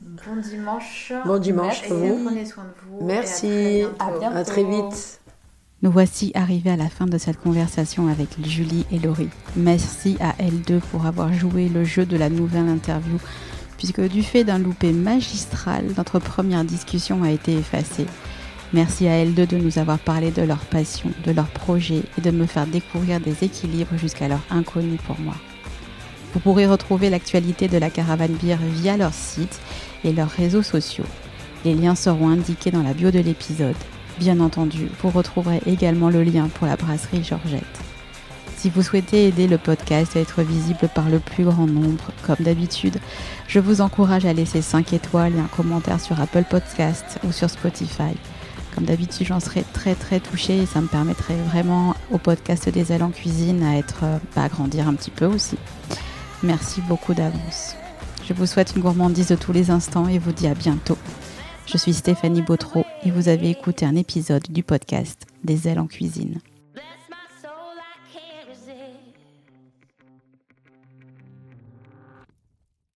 Bon dimanche. Bon dimanche et à vous. prenez soin de vous. Merci. Et à très bientôt. À bientôt. À très vite. Nous voici arrivés à la fin de cette conversation avec Julie et Laurie. Merci à elles deux pour avoir joué le jeu de la nouvelle interview, puisque du fait d'un loupé magistral, notre première discussion a été effacée. Merci à elles deux de nous avoir parlé de leur passion, de leur projet et de me faire découvrir des équilibres jusqu'alors inconnus pour moi. Vous pourrez retrouver l'actualité de la caravane bière via leur site et leurs réseaux sociaux. Les liens seront indiqués dans la bio de l'épisode. Bien entendu, vous retrouverez également le lien pour la brasserie Georgette. Si vous souhaitez aider le podcast à être visible par le plus grand nombre, comme d'habitude, je vous encourage à laisser 5 étoiles et un commentaire sur Apple Podcast ou sur Spotify. Comme d'habitude, j'en serais très très touchée et ça me permettrait vraiment au podcast des ailes en cuisine à être, euh, bah, à grandir un petit peu aussi. Merci beaucoup d'avance. Je vous souhaite une gourmandise de tous les instants et vous dis à bientôt. Je suis Stéphanie Bautreau et vous avez écouté un épisode du podcast Des ailes en cuisine.